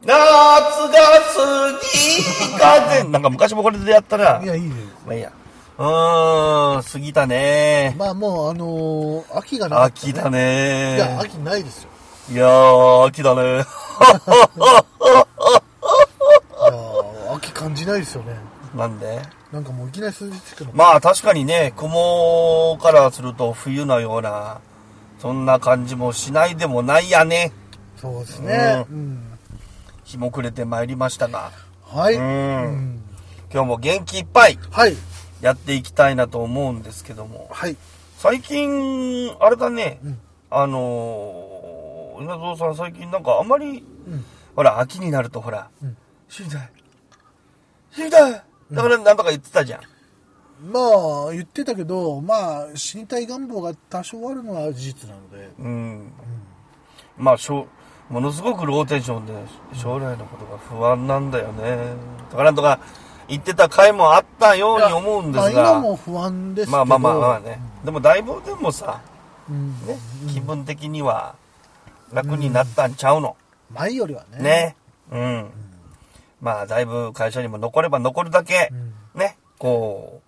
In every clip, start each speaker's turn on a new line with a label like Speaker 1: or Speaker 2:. Speaker 1: 風 って、なんか昔もこれでやったら
Speaker 2: い、や、いいね。
Speaker 1: まあいいや。うーん、過ぎたね。
Speaker 2: まあもう、あのー秋がなかった
Speaker 1: 秋だね。
Speaker 2: いや、秋ないですよ。
Speaker 1: いやー、秋だね。
Speaker 2: いやー、秋感じないですよね。
Speaker 1: なんで
Speaker 2: なんかもういきなり涼しくなる。
Speaker 1: まあ確かにね、雲からすると冬のような、そんな感じもしないでもないやね。
Speaker 2: そうですね。
Speaker 1: う
Speaker 2: うん。
Speaker 1: 日も暮れてまいりましたが、
Speaker 2: はい。
Speaker 1: うん
Speaker 2: うん
Speaker 1: 今日も元気いっぱい
Speaker 2: はい。
Speaker 1: やっていきたいなと思うんですけども、
Speaker 2: はい。
Speaker 1: 最近、あれだね、
Speaker 2: うん
Speaker 1: あのー、稲造さん最近なんかあんまり、
Speaker 2: うん。
Speaker 1: ほら、秋になるとほら、
Speaker 2: うん
Speaker 1: 死にたい。死にたいだからなんとか言ってたじゃん。
Speaker 2: まあ、言ってたけど、まあ、死にたい願望が多少あるのは事実なので、
Speaker 1: うん、まあしょうものすごくローテーションで将来のことが不安なんだよねとかなんとか言ってた回もあったように思うんです
Speaker 2: まあ今
Speaker 1: が
Speaker 2: も不安ですけど、
Speaker 1: まあまあまあまあね、でもだいぶでもさ、
Speaker 2: うん、
Speaker 1: ね、気分的には楽になったんちゃうの、
Speaker 2: 前よりはね。
Speaker 1: ねうん、まあだいぶ会社にも残れば残るだけ、
Speaker 2: うん
Speaker 1: ねこう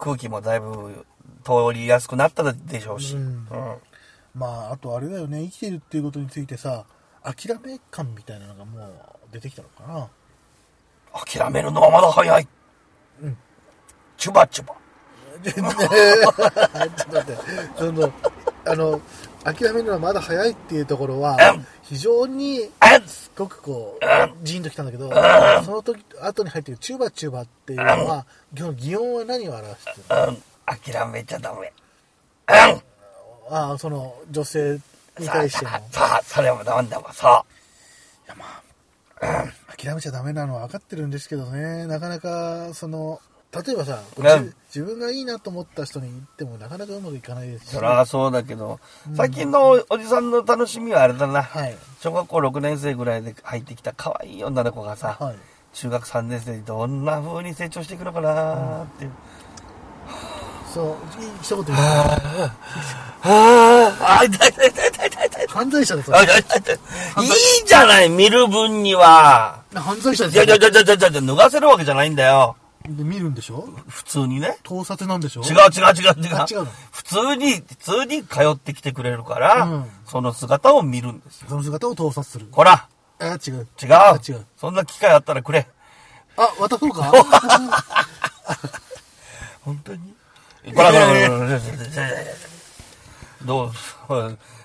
Speaker 1: 空気もだいぶ通りやすくなったでしょうし、
Speaker 2: う
Speaker 1: うんん
Speaker 2: まあ、あとあれだよね、生きてるっていうことについてさ、諦め感みたいなのがもう出てきたのかな。
Speaker 1: 諦めるのはまだ早い、
Speaker 2: うん
Speaker 1: チュバチュバ
Speaker 2: 全然ちょっと待って、その、あの、諦めるのはまだ早いっていうところは
Speaker 1: うん、
Speaker 2: 非常に、
Speaker 1: え
Speaker 2: すごくこ
Speaker 1: う
Speaker 2: う、ジーンときたんだけど、その時、後に入ってるチューバチューバっていうのは、基本、擬音は何を表してるの
Speaker 1: うん諦めちゃダメうん
Speaker 2: ああ、その、女性に
Speaker 1: さあ
Speaker 2: 対して
Speaker 1: さ
Speaker 2: の。
Speaker 1: あさあそれもなんだもさ
Speaker 2: 諦めちゃダメなのは分かってるんですけどね、なかなか、その、例えばさ、
Speaker 1: うん
Speaker 2: こっち自分がいいなと思った人に言っても、なかなかうまくいかないですし
Speaker 1: そりゃそうだけど、最近のおじさんの楽しみはあれだな、
Speaker 2: はい。
Speaker 1: 小学校6年生ぐらいで入ってきた可愛い女の子がさ、
Speaker 2: はい。
Speaker 1: 中学3年生にどんな風に成長していくのかなーっていう、
Speaker 2: そう、い一言言う
Speaker 1: あーあ痛い痛い痛い痛い痛い痛い
Speaker 2: 犯罪者ですよ
Speaker 1: あ。痛い痛い痛いいいじゃない見る分には
Speaker 2: 犯罪者です
Speaker 1: じゃ
Speaker 2: よ
Speaker 1: じゃじゃじゃじゃじゃ脱がせるわけじゃないんだよ。
Speaker 2: で見るんでしょ
Speaker 1: 普通にね。
Speaker 2: 盗撮なんでしょ
Speaker 1: 違う違う違う違
Speaker 2: あ
Speaker 1: う。
Speaker 2: 違うの
Speaker 1: 普通に、普通に通ってきてくれるから、
Speaker 2: うん
Speaker 1: その姿を見るんですよ。
Speaker 2: その姿を盗撮する。
Speaker 1: こら
Speaker 2: あ、違う。
Speaker 1: 違う
Speaker 2: あ、違う。
Speaker 1: そんな機会あったらくれ。
Speaker 2: あ、渡そう か
Speaker 1: 本当にこらこらこらこら。どう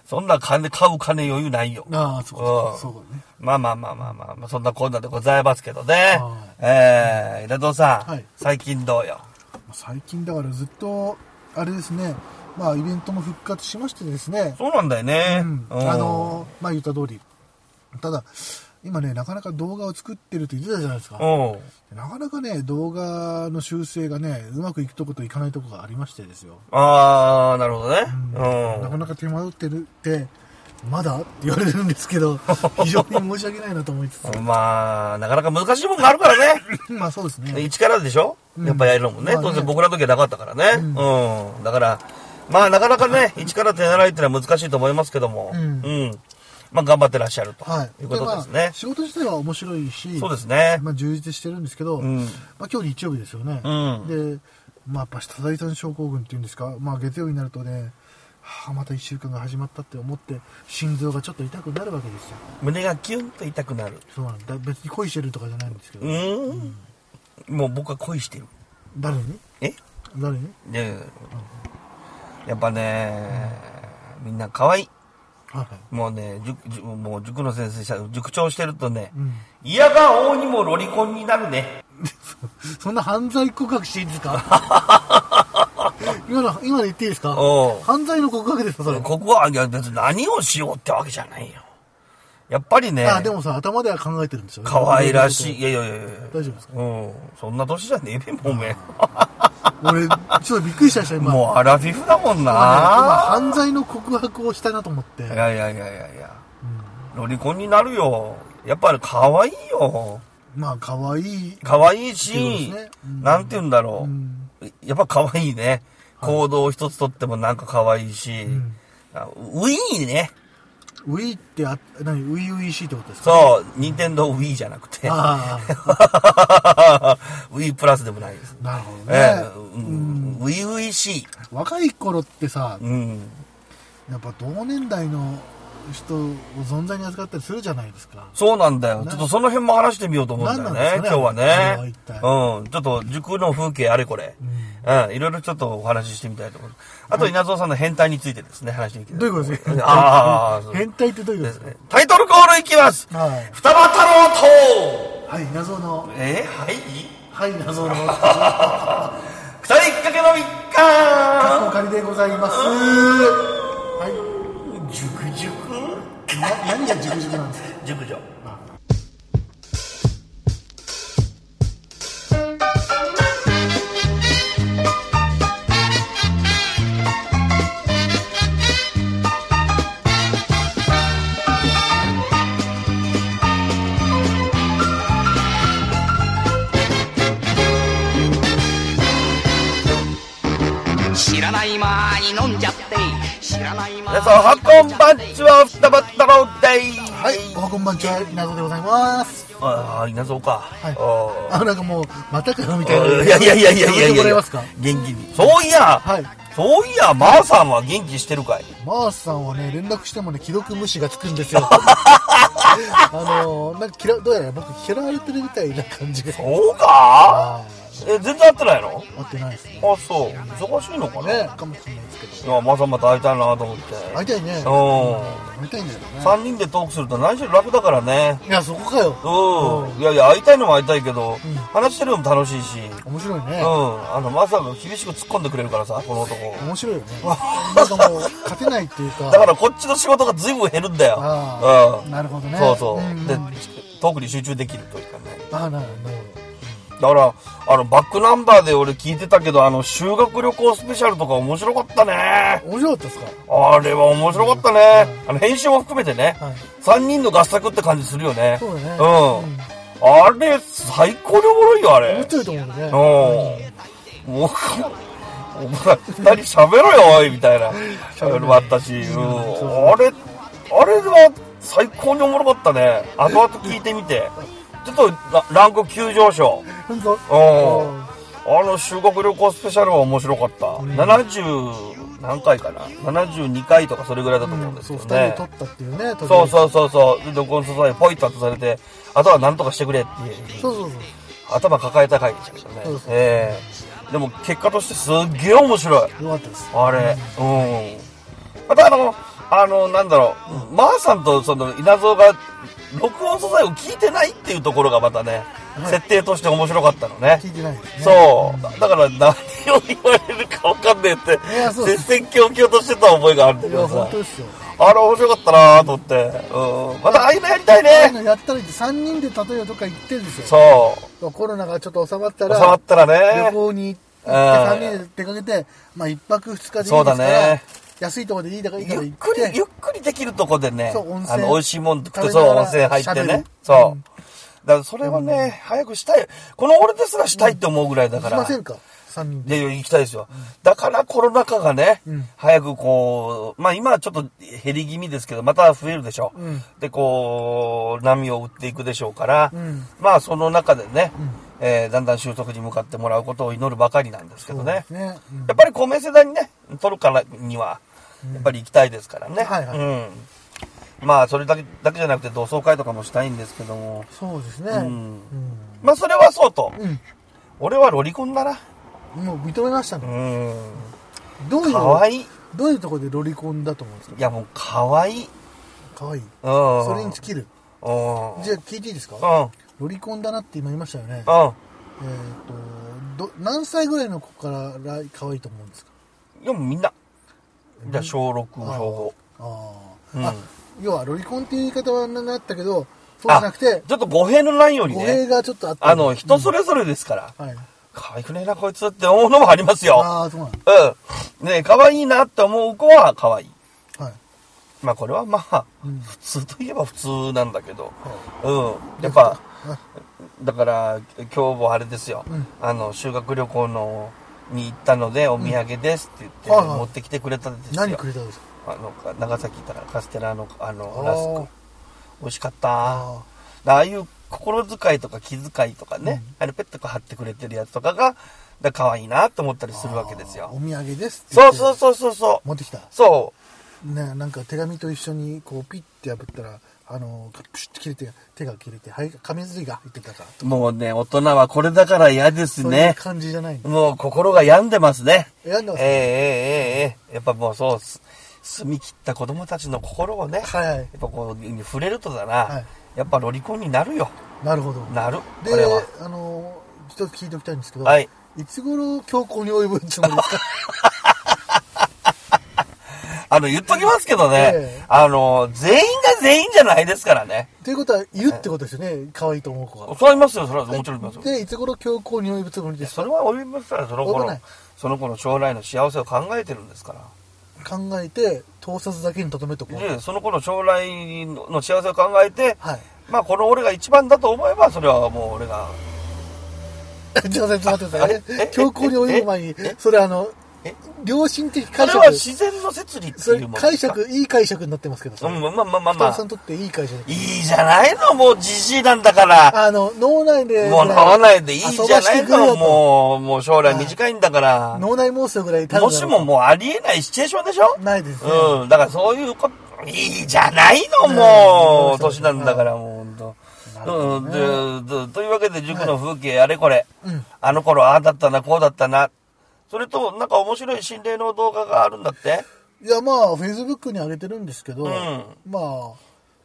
Speaker 1: そんな金、買う金余裕ないよ。
Speaker 2: ああ、そう
Speaker 1: う
Speaker 2: か
Speaker 1: ん。
Speaker 2: そうかね。
Speaker 1: まあまあまあまあまあまあ、そんなこんなでございますけどね
Speaker 2: は。
Speaker 1: えー、稲藤さん、
Speaker 2: はい
Speaker 1: 最近どうよ。
Speaker 2: 最近だからずっと、あれですね、まあイベントも復活しましてですね、
Speaker 1: そうなんだよね。
Speaker 2: うん
Speaker 1: うん
Speaker 2: あのー、まあ言った通り。ただ、今ね、なかなか動画を作ってるって言ってたじゃないですか。
Speaker 1: うん。
Speaker 2: なかなかね、動画の修正がね、うまくいくとこといかないとこがありましてですよ。
Speaker 1: あー、なるほどね。う
Speaker 2: なか
Speaker 1: ん。
Speaker 2: なか手間取ってるって、まだって言われるんです けど、非常に申し訳ないなと思いつ
Speaker 1: まあ、なかなか難しいもんがあるからね。
Speaker 2: つ、 まあそうですね。
Speaker 1: 一からでしょ
Speaker 2: うん
Speaker 1: やっぱやるのもね。
Speaker 2: まあね
Speaker 1: 当然僕らの時はなかったからね。うん。だから、まあなかなかね、一から手習いってのは難しいと思いますけども。う
Speaker 2: うん
Speaker 1: ん。まあ頑張ってらっしゃると
Speaker 2: はい。
Speaker 1: いうことです
Speaker 2: ま
Speaker 1: ね
Speaker 2: あ、。仕事自体は面白いし、
Speaker 1: そうですね。
Speaker 2: まあ充実してるんですけど、
Speaker 1: うん。
Speaker 2: まあ今日日曜日ですよね。
Speaker 1: うん
Speaker 2: で、まあやっぱ下財産症候群っていうんですか、まあ月曜日になるとね、はあ、また1週間が始まったって思って、心臓がちょっと痛くなるわけですよ。
Speaker 1: 胸がキュンと痛くなる。
Speaker 2: そうなんだ。別に恋してるとかじゃないんですけど、
Speaker 1: うん。もう僕は恋してる。
Speaker 2: 誰に
Speaker 1: え
Speaker 2: 誰に
Speaker 1: で、やっぱね、みんな可愛い。
Speaker 2: はいはい。
Speaker 1: もうね、塾、塾もう塾の先生した、塾長してるとね、
Speaker 2: うん。
Speaker 1: 嫌が王にもロリコンになるね。
Speaker 2: そんな犯罪告白していいんですか 今の、今の言っていいですか
Speaker 1: おう
Speaker 2: 犯罪の告白ですかそれ。
Speaker 1: ここは、いや、別に何をしようってわけじゃないよ。やっぱりね、
Speaker 2: あ、でもさ、頭では考えてるんですよね。
Speaker 1: 可愛らしい。い。やいやいやいや
Speaker 2: 大丈夫ですか
Speaker 1: うん。そんな年じゃねえべ、もうめ。
Speaker 2: 俺、ちょっとびっくりしました、今。
Speaker 1: もうアラフィフだもん
Speaker 2: 今今
Speaker 1: な。
Speaker 2: 犯罪の告白をしたなと思って。
Speaker 1: いやいやいやいやいや。ロリコンになるよ。やっぱり可愛いよ。
Speaker 2: まあ、可愛い。
Speaker 1: 可愛い
Speaker 2: そうで
Speaker 1: し、
Speaker 2: すねうん
Speaker 1: なんて言うんだろう。
Speaker 2: うん。
Speaker 1: やっぱ可愛いね。行動一つとってもなんか可愛いし、
Speaker 2: ん
Speaker 1: あウィーンね。
Speaker 2: ウィーってあ、何、ウィウィしいってことですか
Speaker 1: そう、任天堂 Wii じゃなくて、
Speaker 2: あ
Speaker 1: Wii プラスでもないです。
Speaker 2: あ、なるほど
Speaker 1: ええ
Speaker 2: ね。
Speaker 1: うん、ウィウィしい。
Speaker 2: 若い頃ってさ、
Speaker 1: うん。
Speaker 2: やっぱ同年代の人を存在に扱ったりするじゃないですか。
Speaker 1: そうなんだよ。ちょっとその辺も話してみようと思うんだよね、
Speaker 2: 何なん
Speaker 1: 今
Speaker 2: で
Speaker 1: 日
Speaker 2: すかね
Speaker 1: は
Speaker 2: あの
Speaker 1: ね
Speaker 2: 一体。
Speaker 1: うん。ちょっと塾の風景あれこれ。うん。いろいろちょっとお話ししてみたいと思います。あと、稲造さんの変態についてですね、話してみてく
Speaker 2: どう
Speaker 1: だ
Speaker 2: いう
Speaker 1: さ
Speaker 2: ことですか
Speaker 1: あーそう
Speaker 2: 変態ってどういうことですか
Speaker 1: いタイトルコールいきます
Speaker 2: はい
Speaker 1: 双葉太郎と
Speaker 2: はい、謎の、
Speaker 1: えー、はい
Speaker 2: はい、謎の、
Speaker 1: 二人っかけの3
Speaker 2: カッコ仮でございます。は
Speaker 1: 日塾塾
Speaker 2: い、な何が熟々なんですか
Speaker 1: 塾女
Speaker 3: 知らない間に飲んじゃって知らない間に
Speaker 1: 皆さんはこんばんちは双葉太郎です
Speaker 2: はい、おはこんばんちは、謎でございます。
Speaker 1: ああ稲造か
Speaker 2: はい
Speaker 1: あ
Speaker 2: あ、なんかもう、またかよみたいな。
Speaker 1: ーいやいやいやいやいや
Speaker 2: やめ
Speaker 1: い
Speaker 2: ても
Speaker 1: や
Speaker 2: らえますか
Speaker 1: 元気にそういや
Speaker 2: はい。
Speaker 1: そういやまーさんは元気してるかい
Speaker 2: マースさんはね、連絡してもね、既読無視がつくんです よ。あのー、なんか嫌、どうやら僕嫌われてるみたいな感じが。
Speaker 1: そうか
Speaker 2: あ
Speaker 1: え全然会ってないの
Speaker 2: ー合ってないですね。
Speaker 1: あそう忙しいのかな
Speaker 2: ね、かもしれないですけど。
Speaker 1: いやまーさんまた会いたいなと思って
Speaker 2: 会いたいね。
Speaker 1: うん
Speaker 2: 会いたいんだけどね。
Speaker 1: 3人でトークすると何しろ楽だからね
Speaker 2: いや、そこかよ。
Speaker 1: うんいやいや会いたいのも会いたいけど、
Speaker 2: うん
Speaker 1: 話してるのも楽しいしう
Speaker 2: 面白いね
Speaker 1: ん。あのまさか厳しく突っ込んでくれるからさこの男
Speaker 2: 面白いよね。なんかもう、勝てないっていうか。
Speaker 1: だからこっちの仕事が随分減るんだよ
Speaker 2: あ
Speaker 1: う
Speaker 2: あ、
Speaker 1: ん
Speaker 2: なるほどね。
Speaker 1: そうそう、
Speaker 2: ん
Speaker 1: でトークに集中できるというかね
Speaker 2: ああ、なるほど。
Speaker 1: だからあのバックナンバーで俺聞いてたけどあの修学旅行スペシャルとか面白かったね
Speaker 2: 面白かったですか
Speaker 1: あれは面白かったね、あの編集も含めてね、
Speaker 2: はい
Speaker 1: 三3人の合作って感じするよね
Speaker 2: そうだね。
Speaker 1: うん
Speaker 2: うん
Speaker 1: あれ、最高におもろいよ、あれ。
Speaker 2: 面白いと思うね。
Speaker 1: うん。もう、お前、二人喋ろよ、おい、みたいな。喋るもあったし、うん。あれ、あれは最高におもろかったね。後々聞いてみて。ちょっとラ、ランク急上昇。
Speaker 2: 本当
Speaker 1: うん。あの、修学旅行スペシャルは面白かった。70、何回かな ?72 回とかそれぐらいだと思うんですけ
Speaker 2: そ
Speaker 1: ど
Speaker 2: う、二人
Speaker 1: ね
Speaker 2: で。撮ったっていうね、
Speaker 1: そうそうそうそう。で、どこの素材ポイッと外されて、あとは何とかしてくれっていう。
Speaker 2: そうそうそう。
Speaker 1: 頭抱えた回でしたけどね
Speaker 2: そうそう。
Speaker 1: ええでも結果としてすっげえ面白い。
Speaker 2: よかったです。
Speaker 1: あれ。うん。またあの、あの、なんだろう、マーさんとその稲造が録音素材を聞いてないっていうところがまたね、設定として面白かったのね
Speaker 2: 聞。いてないですね。
Speaker 1: そう。だから何を言われるかわかんねえって
Speaker 2: いや、そうです
Speaker 1: 絶々恐々としてた覚えがあるんだけ
Speaker 2: いや、
Speaker 1: ど
Speaker 2: 本
Speaker 1: さ
Speaker 2: 当。ですよ。
Speaker 1: あれ面白かったなと思って。うん。またああいうのやりたい
Speaker 2: ああいう
Speaker 1: ね。
Speaker 2: のやったらいいって、3人で例えばどっか行ってるんですよ。
Speaker 1: そう。
Speaker 2: コロナがちょっと収まった
Speaker 1: 収ま
Speaker 2: ら
Speaker 1: っ、たら
Speaker 2: 旅
Speaker 1: ね。
Speaker 2: 行
Speaker 1: うん
Speaker 2: に行って、3人で出かけて、まあ1泊2日でいいです
Speaker 1: そう
Speaker 2: か
Speaker 1: だ
Speaker 2: ら
Speaker 1: ね、
Speaker 2: 安いところでいいだからいいか
Speaker 1: ゆ
Speaker 2: ら
Speaker 1: っ
Speaker 2: 行
Speaker 1: く
Speaker 2: っ
Speaker 1: り、
Speaker 2: て
Speaker 1: ゆっ、くりできるとこでね、
Speaker 2: そう温
Speaker 1: あ
Speaker 2: 泉
Speaker 1: の、美味しいもん食って、
Speaker 2: 食べな
Speaker 1: そ
Speaker 2: が
Speaker 1: う、
Speaker 2: ら
Speaker 1: 温泉入って
Speaker 2: 喋
Speaker 1: ね
Speaker 2: る。
Speaker 1: そうう。だからそれはね、早くしたい。この俺ですらしたいって思うぐらいだ
Speaker 2: 行
Speaker 1: か
Speaker 2: き
Speaker 1: ら。
Speaker 2: ませんか ?3 人
Speaker 1: い
Speaker 2: で。
Speaker 1: やいや、行きたいですよ。だからコロナ禍がね、
Speaker 2: うん
Speaker 1: 早くこう、まあ今はちょっと減り気味ですけど、また増えるでしょう。
Speaker 2: うん
Speaker 1: で、こう、波を打っていくでしょうから、
Speaker 2: うん
Speaker 1: まあその中でね、えーだんだん収束に向かってもらうことを祈るばかりなんですけどね。
Speaker 2: そうですねうん
Speaker 1: やっぱり公明世代にね、取るからには、やっぱり行きたいですからね。
Speaker 2: はいはい
Speaker 1: うん。まあそれだけ、だけじゃなくて同窓会とかもしたいんですけども、
Speaker 2: そうですね。
Speaker 1: う
Speaker 2: うんん。
Speaker 1: まあそれはそうと、
Speaker 2: うん。
Speaker 1: 俺はロリコンだな。
Speaker 2: もう認めました
Speaker 1: う
Speaker 2: ね。
Speaker 1: ん。
Speaker 2: どういう、
Speaker 1: 可愛いい。
Speaker 2: どういうところでロリコンだと思うんですか
Speaker 1: いやもう可愛いい。
Speaker 2: 可愛いい。
Speaker 1: うん。
Speaker 2: それに尽きる。
Speaker 1: うん。
Speaker 2: じゃあ聞いていいですか
Speaker 1: うん。
Speaker 2: ロリコンだなって今言いましたよね。
Speaker 1: うん。
Speaker 2: えっ、と、ど、何歳ぐらいの子からら可愛いと思うんですか
Speaker 1: でもみんな。じゃあ小6、小
Speaker 2: ああ、
Speaker 1: うん
Speaker 2: あ、要はロリコンっていう言い方はなったけど、そうじゃなくて
Speaker 1: 5。、ちょっと語弊のないように
Speaker 2: 語弊
Speaker 1: ね。
Speaker 2: がちょっとあって。
Speaker 1: あの、人それぞれですから。
Speaker 2: はい。
Speaker 1: 可愛くねえな、こいつって思うのもありますよ。
Speaker 2: ああ、そうなん
Speaker 1: うん。ねえ可愛いなって思う子は可愛い。
Speaker 2: はい。
Speaker 1: まあこれはまあ、
Speaker 2: うん
Speaker 1: 普通といえば普通なんだけど。うん。や
Speaker 2: や
Speaker 1: っぱ、だから、今日もあれですよ。
Speaker 2: うん
Speaker 1: あの、修学旅行の、に行ったので、お土産ですって言って、
Speaker 2: うんはいはい
Speaker 1: 持ってきてくれたんですよ。
Speaker 2: 何くれたんですか
Speaker 1: あの長崎行ったからカステラのあの
Speaker 2: ー
Speaker 1: ラスク美味しかったあああいう心遣いとか気遣いとかね、あのペットが貼ってくれてるやつとかがだ可愛いなと思ったりするわけです
Speaker 2: お
Speaker 1: よ
Speaker 2: 土産ですって言
Speaker 1: そ
Speaker 2: っ
Speaker 1: うそ
Speaker 2: て
Speaker 1: うそうそうそう
Speaker 2: 持ってきた
Speaker 1: そ
Speaker 2: ねなんか手紙と一緒にこうピッて破ったらあのプシュッて切れて手が切れてはい紙ずりが入ってたから
Speaker 1: うもうね大人はこれだから嫌です
Speaker 2: そういう
Speaker 1: ね
Speaker 2: 感じじゃないの
Speaker 1: もう心が病んでますね
Speaker 2: 病んでます
Speaker 1: ええええええやっぱもうそうす住み切った子供たちの心をね、
Speaker 2: はい
Speaker 1: やっぱこう触れるとだな、
Speaker 2: はい
Speaker 1: やっぱロリコンになるよ
Speaker 2: なるほど
Speaker 1: なる
Speaker 2: で
Speaker 1: これは
Speaker 2: あの一つ聞いておきたいんですけど、
Speaker 1: はい
Speaker 2: つ頃強行に及ぶつもりですか
Speaker 1: あの言っときますけどね、
Speaker 2: ええ
Speaker 1: あの全員が全員じゃないですからね
Speaker 2: ということはいるってことですよね可愛いと思う子が
Speaker 1: そういますよそれはもちろんいますよ、
Speaker 2: でいつ頃強行に及ぶつもりです
Speaker 1: そ
Speaker 2: か
Speaker 1: れは及びますからその
Speaker 2: 及ば
Speaker 1: 頃
Speaker 2: ない
Speaker 1: その子の将来の幸せを考えてるんですから
Speaker 2: 考えて盗撮だけにとどめとこう
Speaker 1: でその子の将来の幸せを考えて、
Speaker 2: はい
Speaker 1: まあこの俺が一番だと思えばそれはもう俺が
Speaker 2: ちょっと待ってちょっと待って
Speaker 1: あれえ
Speaker 2: 強行に及ぶ前にそれあの
Speaker 1: え
Speaker 2: 良心的
Speaker 1: そ
Speaker 2: 解
Speaker 1: れは
Speaker 2: 釈
Speaker 1: 自然の摂理って
Speaker 2: そ
Speaker 1: いう
Speaker 2: れ
Speaker 1: もの
Speaker 2: 解釈いい解釈になってますけどそ
Speaker 1: うんまあ
Speaker 2: れ
Speaker 1: まあまあま
Speaker 2: 北尾
Speaker 1: あ
Speaker 2: さんにとっていい解釈
Speaker 1: いいじゃないのもうじじいなんだから
Speaker 2: あの脳内で
Speaker 1: もう飲まないでいいじゃない
Speaker 2: 遊ばしてくれよ
Speaker 1: の
Speaker 2: と
Speaker 1: もうもう将来短いんだから
Speaker 2: 脳内妄想ぐらい多分
Speaker 1: もしももうありえないシチュエーションでしょ
Speaker 2: ないですね
Speaker 1: うん。だからそういうこと、いいじゃないの、
Speaker 2: うん
Speaker 1: もう。
Speaker 2: そう
Speaker 1: 年
Speaker 2: です
Speaker 1: な
Speaker 2: ね
Speaker 1: んだから、もう本当。
Speaker 2: なるほど
Speaker 1: うん、
Speaker 2: ね
Speaker 1: ででというわけで塾の風景あれこれ、
Speaker 2: うん
Speaker 1: あの頃ああだったなこうだったなそれとなんか面白い心霊の動画があるんだって
Speaker 2: いやまあフェイスブックに上げてるんですけど、
Speaker 1: うん
Speaker 2: まあ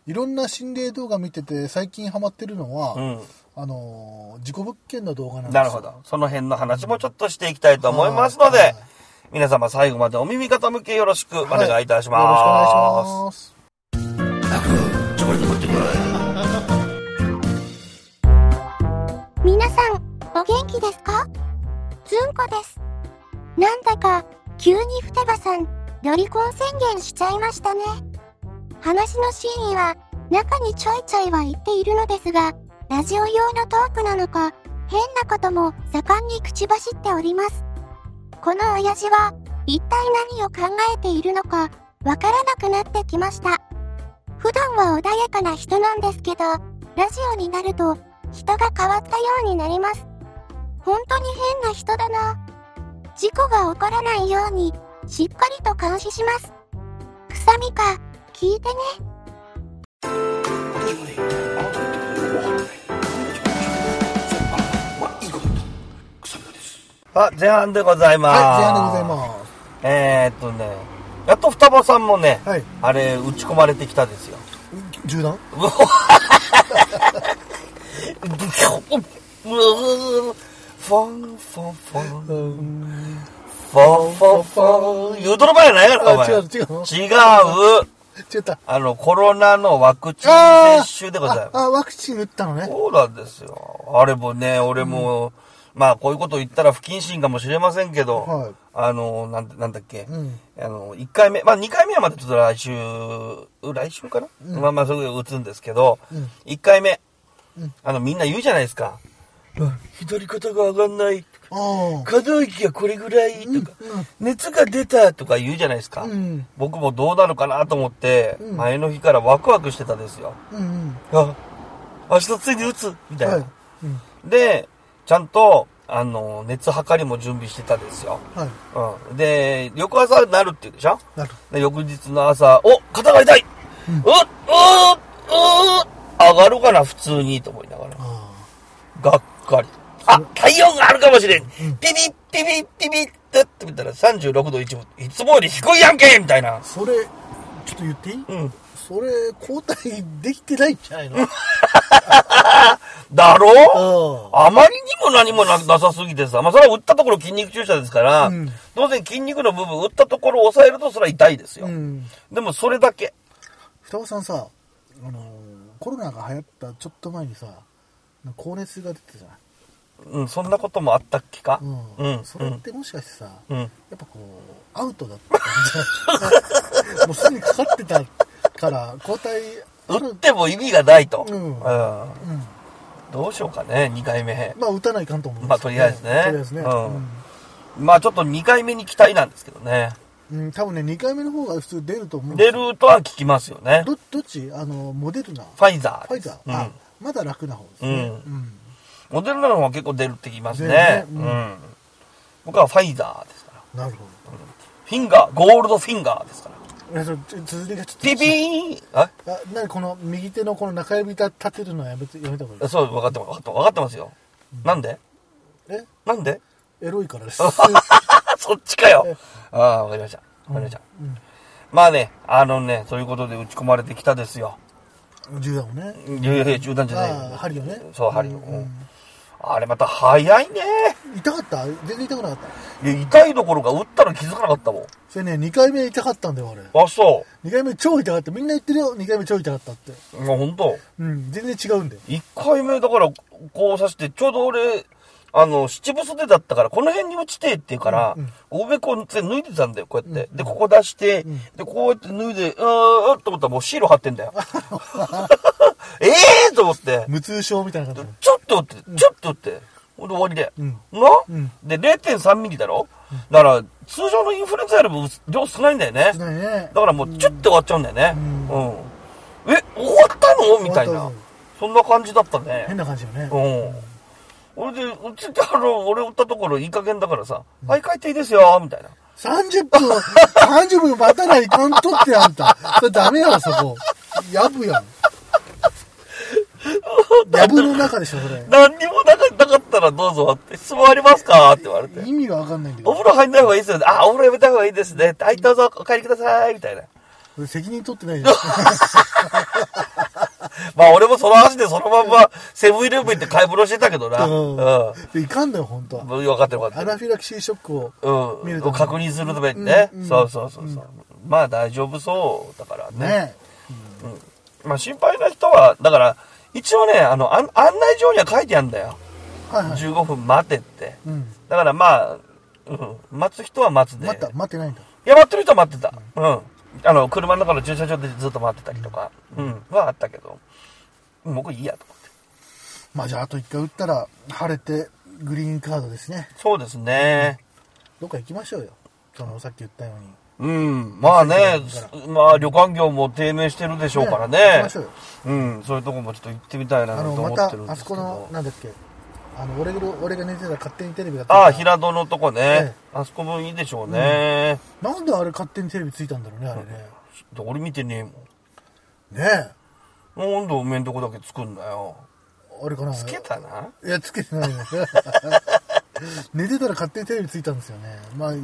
Speaker 2: いろんな心霊動画見てて最近ハマってるのは、
Speaker 1: うん
Speaker 2: あのー事故物件の動画なんですよ
Speaker 1: なるほどその辺の話もちょっとしていきたいと思いますので、
Speaker 2: はい
Speaker 1: 皆様最後までお耳傾けよろしくお願いいたします、
Speaker 2: はいよろしくお願いします
Speaker 4: 皆さん、お元気ですかずんこです。なんだか、急にふてばさん、ロリコン宣言しちゃいましたね。話の真意は、中にちょいちょいは言っているのですが、ラジオ用のトークなのか、変なことも盛んに口走っております。この親父は、一体何を考えているのか、わからなくなってきました。普段は穏やかな人なんですけど、ラジオになると、人が変わったようになります。本当に変な人だな。事故が起こらないように、しっかりと監視します。くさみか、聞いてね。
Speaker 1: あ前半でございます
Speaker 2: はい前半でございます
Speaker 1: えー、っとねやっと双葉さんもね、
Speaker 2: はい
Speaker 1: あれ打ち込まれてきたですよ
Speaker 2: す銃弾
Speaker 1: ブキョブフォンフォンフォンフォンフォンフォン言うとる場合やないやろお
Speaker 2: あ
Speaker 1: 前
Speaker 2: 違う違うの
Speaker 1: 違う
Speaker 2: 違った
Speaker 1: あのコロナのワクチ
Speaker 2: あ
Speaker 1: ン
Speaker 2: ー
Speaker 1: 接種でございます
Speaker 2: ああワクチン打ったのね
Speaker 1: そうなんですよあれもね俺も、まあこういうこと言ったら不謹慎かもしれませんけど、
Speaker 2: はい
Speaker 1: あのなんてなんだっけ、
Speaker 2: うん
Speaker 1: あの、1回目、まあ2回目はまだちょっと来週、来週かな、まあまあすぐ打つんですけど、
Speaker 2: うん
Speaker 1: 1回目、
Speaker 2: うん
Speaker 1: あのみんな言うじゃないですか。左肩が上がんない、
Speaker 2: あ
Speaker 1: 可動域がこれぐらいとか、
Speaker 2: うんうん
Speaker 1: 熱が出たとか言うじゃないですか。
Speaker 2: うん
Speaker 1: 僕もどうなるかなと思って、
Speaker 2: うん
Speaker 1: 前の日からワクワクしてたんですよ。
Speaker 2: あうんうん
Speaker 1: あ、明日ついに打つみたいな。
Speaker 2: はいうん
Speaker 1: で、ちゃんと、あの、熱測りも準備してたんですよ。
Speaker 2: はい
Speaker 1: うん。で、翌朝なるって言うでしょ
Speaker 2: なる
Speaker 1: で翌日の朝、お肩が痛い、うっうっうっ上がるかな普通にと思いながら。
Speaker 2: あ
Speaker 1: がっかり。あ、体温があるかもしれん。ピピッピピッピピッってって見たら36度1分。いつもより低いやんけみたいな
Speaker 2: あ。それちょっと言っていい
Speaker 1: うん。
Speaker 2: それ交代できてないんじゃないのあ
Speaker 1: だろ
Speaker 2: あ
Speaker 1: あまりにも何もななさすぎてさ。まあ、それは打ったところ筋肉注射ですから、
Speaker 2: うん
Speaker 1: 当然筋肉の部分打ったところを抑えるとそれは痛いですよ。
Speaker 2: うん
Speaker 1: でもそれだけ。
Speaker 2: 双子さんさ、あのーコロナが流行ったちょっと前にさ高熱が出てたじゃない、
Speaker 1: うん、そんなこともあったっけか
Speaker 2: うん
Speaker 1: うん。
Speaker 2: それってもしかしてさ、
Speaker 1: うんう
Speaker 2: や
Speaker 1: ん
Speaker 2: っぱこうアウトだったんじゃない もうすでにかかってたから抗体あ
Speaker 1: 打っ
Speaker 2: る
Speaker 1: ても意味がないと。
Speaker 2: うんうん
Speaker 1: どうしようかね、2回目。
Speaker 2: まあ打たないかんと思うん
Speaker 1: まあ
Speaker 2: ですけど
Speaker 1: とりあえずね
Speaker 2: とりあえずね、
Speaker 1: うんまあちょっと2回目に期待なんですけどね。
Speaker 2: うん、多分ね、2回目の方が普通出ると思うんです
Speaker 1: 出
Speaker 2: よ。
Speaker 1: るとは聞きますよね。
Speaker 2: どどっちあの、モデルナ。
Speaker 1: ファイザー
Speaker 2: ファ
Speaker 1: で
Speaker 2: イ
Speaker 1: す。
Speaker 2: ザー。あ、まだ楽な方です
Speaker 1: うん。う
Speaker 2: ね。
Speaker 1: ん。
Speaker 2: うん。
Speaker 1: モデルナの方は結構出るって言いますね。
Speaker 2: ね
Speaker 1: う、
Speaker 2: うんん
Speaker 1: 僕はファイザーですから。
Speaker 2: なるほ
Speaker 1: フィンガー、ゴールドフィンガーですから。
Speaker 2: ど。えそうちょ続きがちょっと。
Speaker 1: ピピーンあ
Speaker 2: あ、なにこの右手のこの中指立てるのはやめて、やめた方がいい。
Speaker 1: そう、分かってます。分かって分かってますよ。なんで
Speaker 2: え
Speaker 1: なんで
Speaker 2: エロいから です。
Speaker 1: そっちかよ。ああー、わかりました。わかりました。まあね、あのね、そういうことで打ち込まれてきたですよ。
Speaker 2: 銃弾をね。
Speaker 1: いやいや、冗談じゃないよ
Speaker 2: ああ、針をね。
Speaker 1: そう、針を。うんあれまた早いね。
Speaker 2: 痛かった全然痛くなかった。
Speaker 1: いや痛いどころか打ったら気づかなかったもん。
Speaker 2: それね、2回目痛かったんだよ、あれ。
Speaker 1: あ、そ
Speaker 2: 2回目超痛かった。みんな言ってるよ、2回目超痛かったって。
Speaker 1: う。まあ、ほんと。
Speaker 2: うん、全然違うんだよ。
Speaker 1: 一回目だから、こう刺して、ちょうど俺、あの、七分袖だったから、この辺に落ちてって言うから、おべこう脱いでたんだよ、こうやって。で、ここ出して、で、こうやって脱いで、うーっと思ったらもうシール貼ってん だよ。ええーと思って。
Speaker 2: 無痛症みたいな感じ。
Speaker 1: ちょっとって、ちょっとって。ほんで終わりで。
Speaker 2: うん
Speaker 1: な、
Speaker 2: うん
Speaker 1: で、0.3ミリだろだから、通常のインフルエンザよりも量少ないんだよね。
Speaker 2: 少
Speaker 1: だ
Speaker 2: ないね。
Speaker 1: からもう、チュッて終わっちゃうんだよね。う
Speaker 2: うんん。
Speaker 1: え、終わったのみたいな
Speaker 2: 終わった終わ。
Speaker 1: そんな感じだったね。
Speaker 2: 変な感じよね。
Speaker 1: うん。俺で、うちってあの、俺打ったところいい加減だからさ、はい、帰っていいですよ、みたいな。
Speaker 2: 30分、30分待たないかんとってあんた。それダメやろ、そこ。やぶやん。やぶの中でしょ、それ。
Speaker 1: 何にもなかなかったらどうぞって、質問ありますかって言われて。
Speaker 2: 意味がわかんないんだけ
Speaker 1: お
Speaker 2: ど。
Speaker 1: 風呂入んない方がいいですよね。あ、お風呂やめた方がいいですね。はい、どうぞ、お帰りください、みたいな。
Speaker 2: 責任取ってないじゃん。
Speaker 1: まあ俺もその話でそのまんま、セブンイレブン行って買い物してたけどな。うん。
Speaker 2: でいかんだよ、本当は。
Speaker 1: 分かってる分か
Speaker 2: ア
Speaker 1: ってる。
Speaker 2: ナフィラキシーショックを。
Speaker 1: う
Speaker 2: 見る
Speaker 1: ん。
Speaker 2: と
Speaker 1: 確認するためにね
Speaker 2: うんう。ん
Speaker 1: そうそうそうそう。まあ大丈夫そうだからね。
Speaker 2: ね
Speaker 1: まあ心配な人は、だから、一応ね、あの、あん案内状には書いてあるんだよ。
Speaker 2: はいはい。
Speaker 1: 15分待てって。
Speaker 2: うん。
Speaker 1: だからまあ、うん、待つ人は待つで。
Speaker 2: 待った、待ってないんだ。
Speaker 1: いや、待ってる人は待ってた。うん。あの、車の中の駐車場でずっと待ってたりとか、うん、はあったけど、うん僕いいやと思って。
Speaker 2: まあじゃあ、あと一回打ったら、晴れて、グリーンカードですね。
Speaker 1: そうですね。
Speaker 2: どっか行きましょうよ。その、さっき言ったように。
Speaker 1: うん、まあね
Speaker 2: そうです、
Speaker 1: まあ旅館業も低迷してるでしょうから
Speaker 2: ね行き
Speaker 1: ね
Speaker 2: ましょうよ。
Speaker 1: うん、そういうとこもちょっと行ってみたいな
Speaker 2: あ
Speaker 1: と
Speaker 2: の、ま
Speaker 1: 思ったてるん、で
Speaker 2: あ
Speaker 1: す
Speaker 2: そ
Speaker 1: け
Speaker 2: この
Speaker 1: ど、。
Speaker 2: なんだっけ。あの、俺が、俺が寝てたら勝手にテレビがついた
Speaker 1: ああ、平戸のとこね
Speaker 2: ええ。
Speaker 1: あそこもいいでしょうね。
Speaker 2: なんであれ勝手にテレビついたんだろうね、あれね。
Speaker 1: 俺見てねえもん。
Speaker 2: ねえ。
Speaker 1: なんでおめえんとこだけ作んだよ。
Speaker 2: あれかな。
Speaker 1: つけたない
Speaker 2: や、つけてないね。 寝てたら勝手にテレビついたんですよね。まあ、い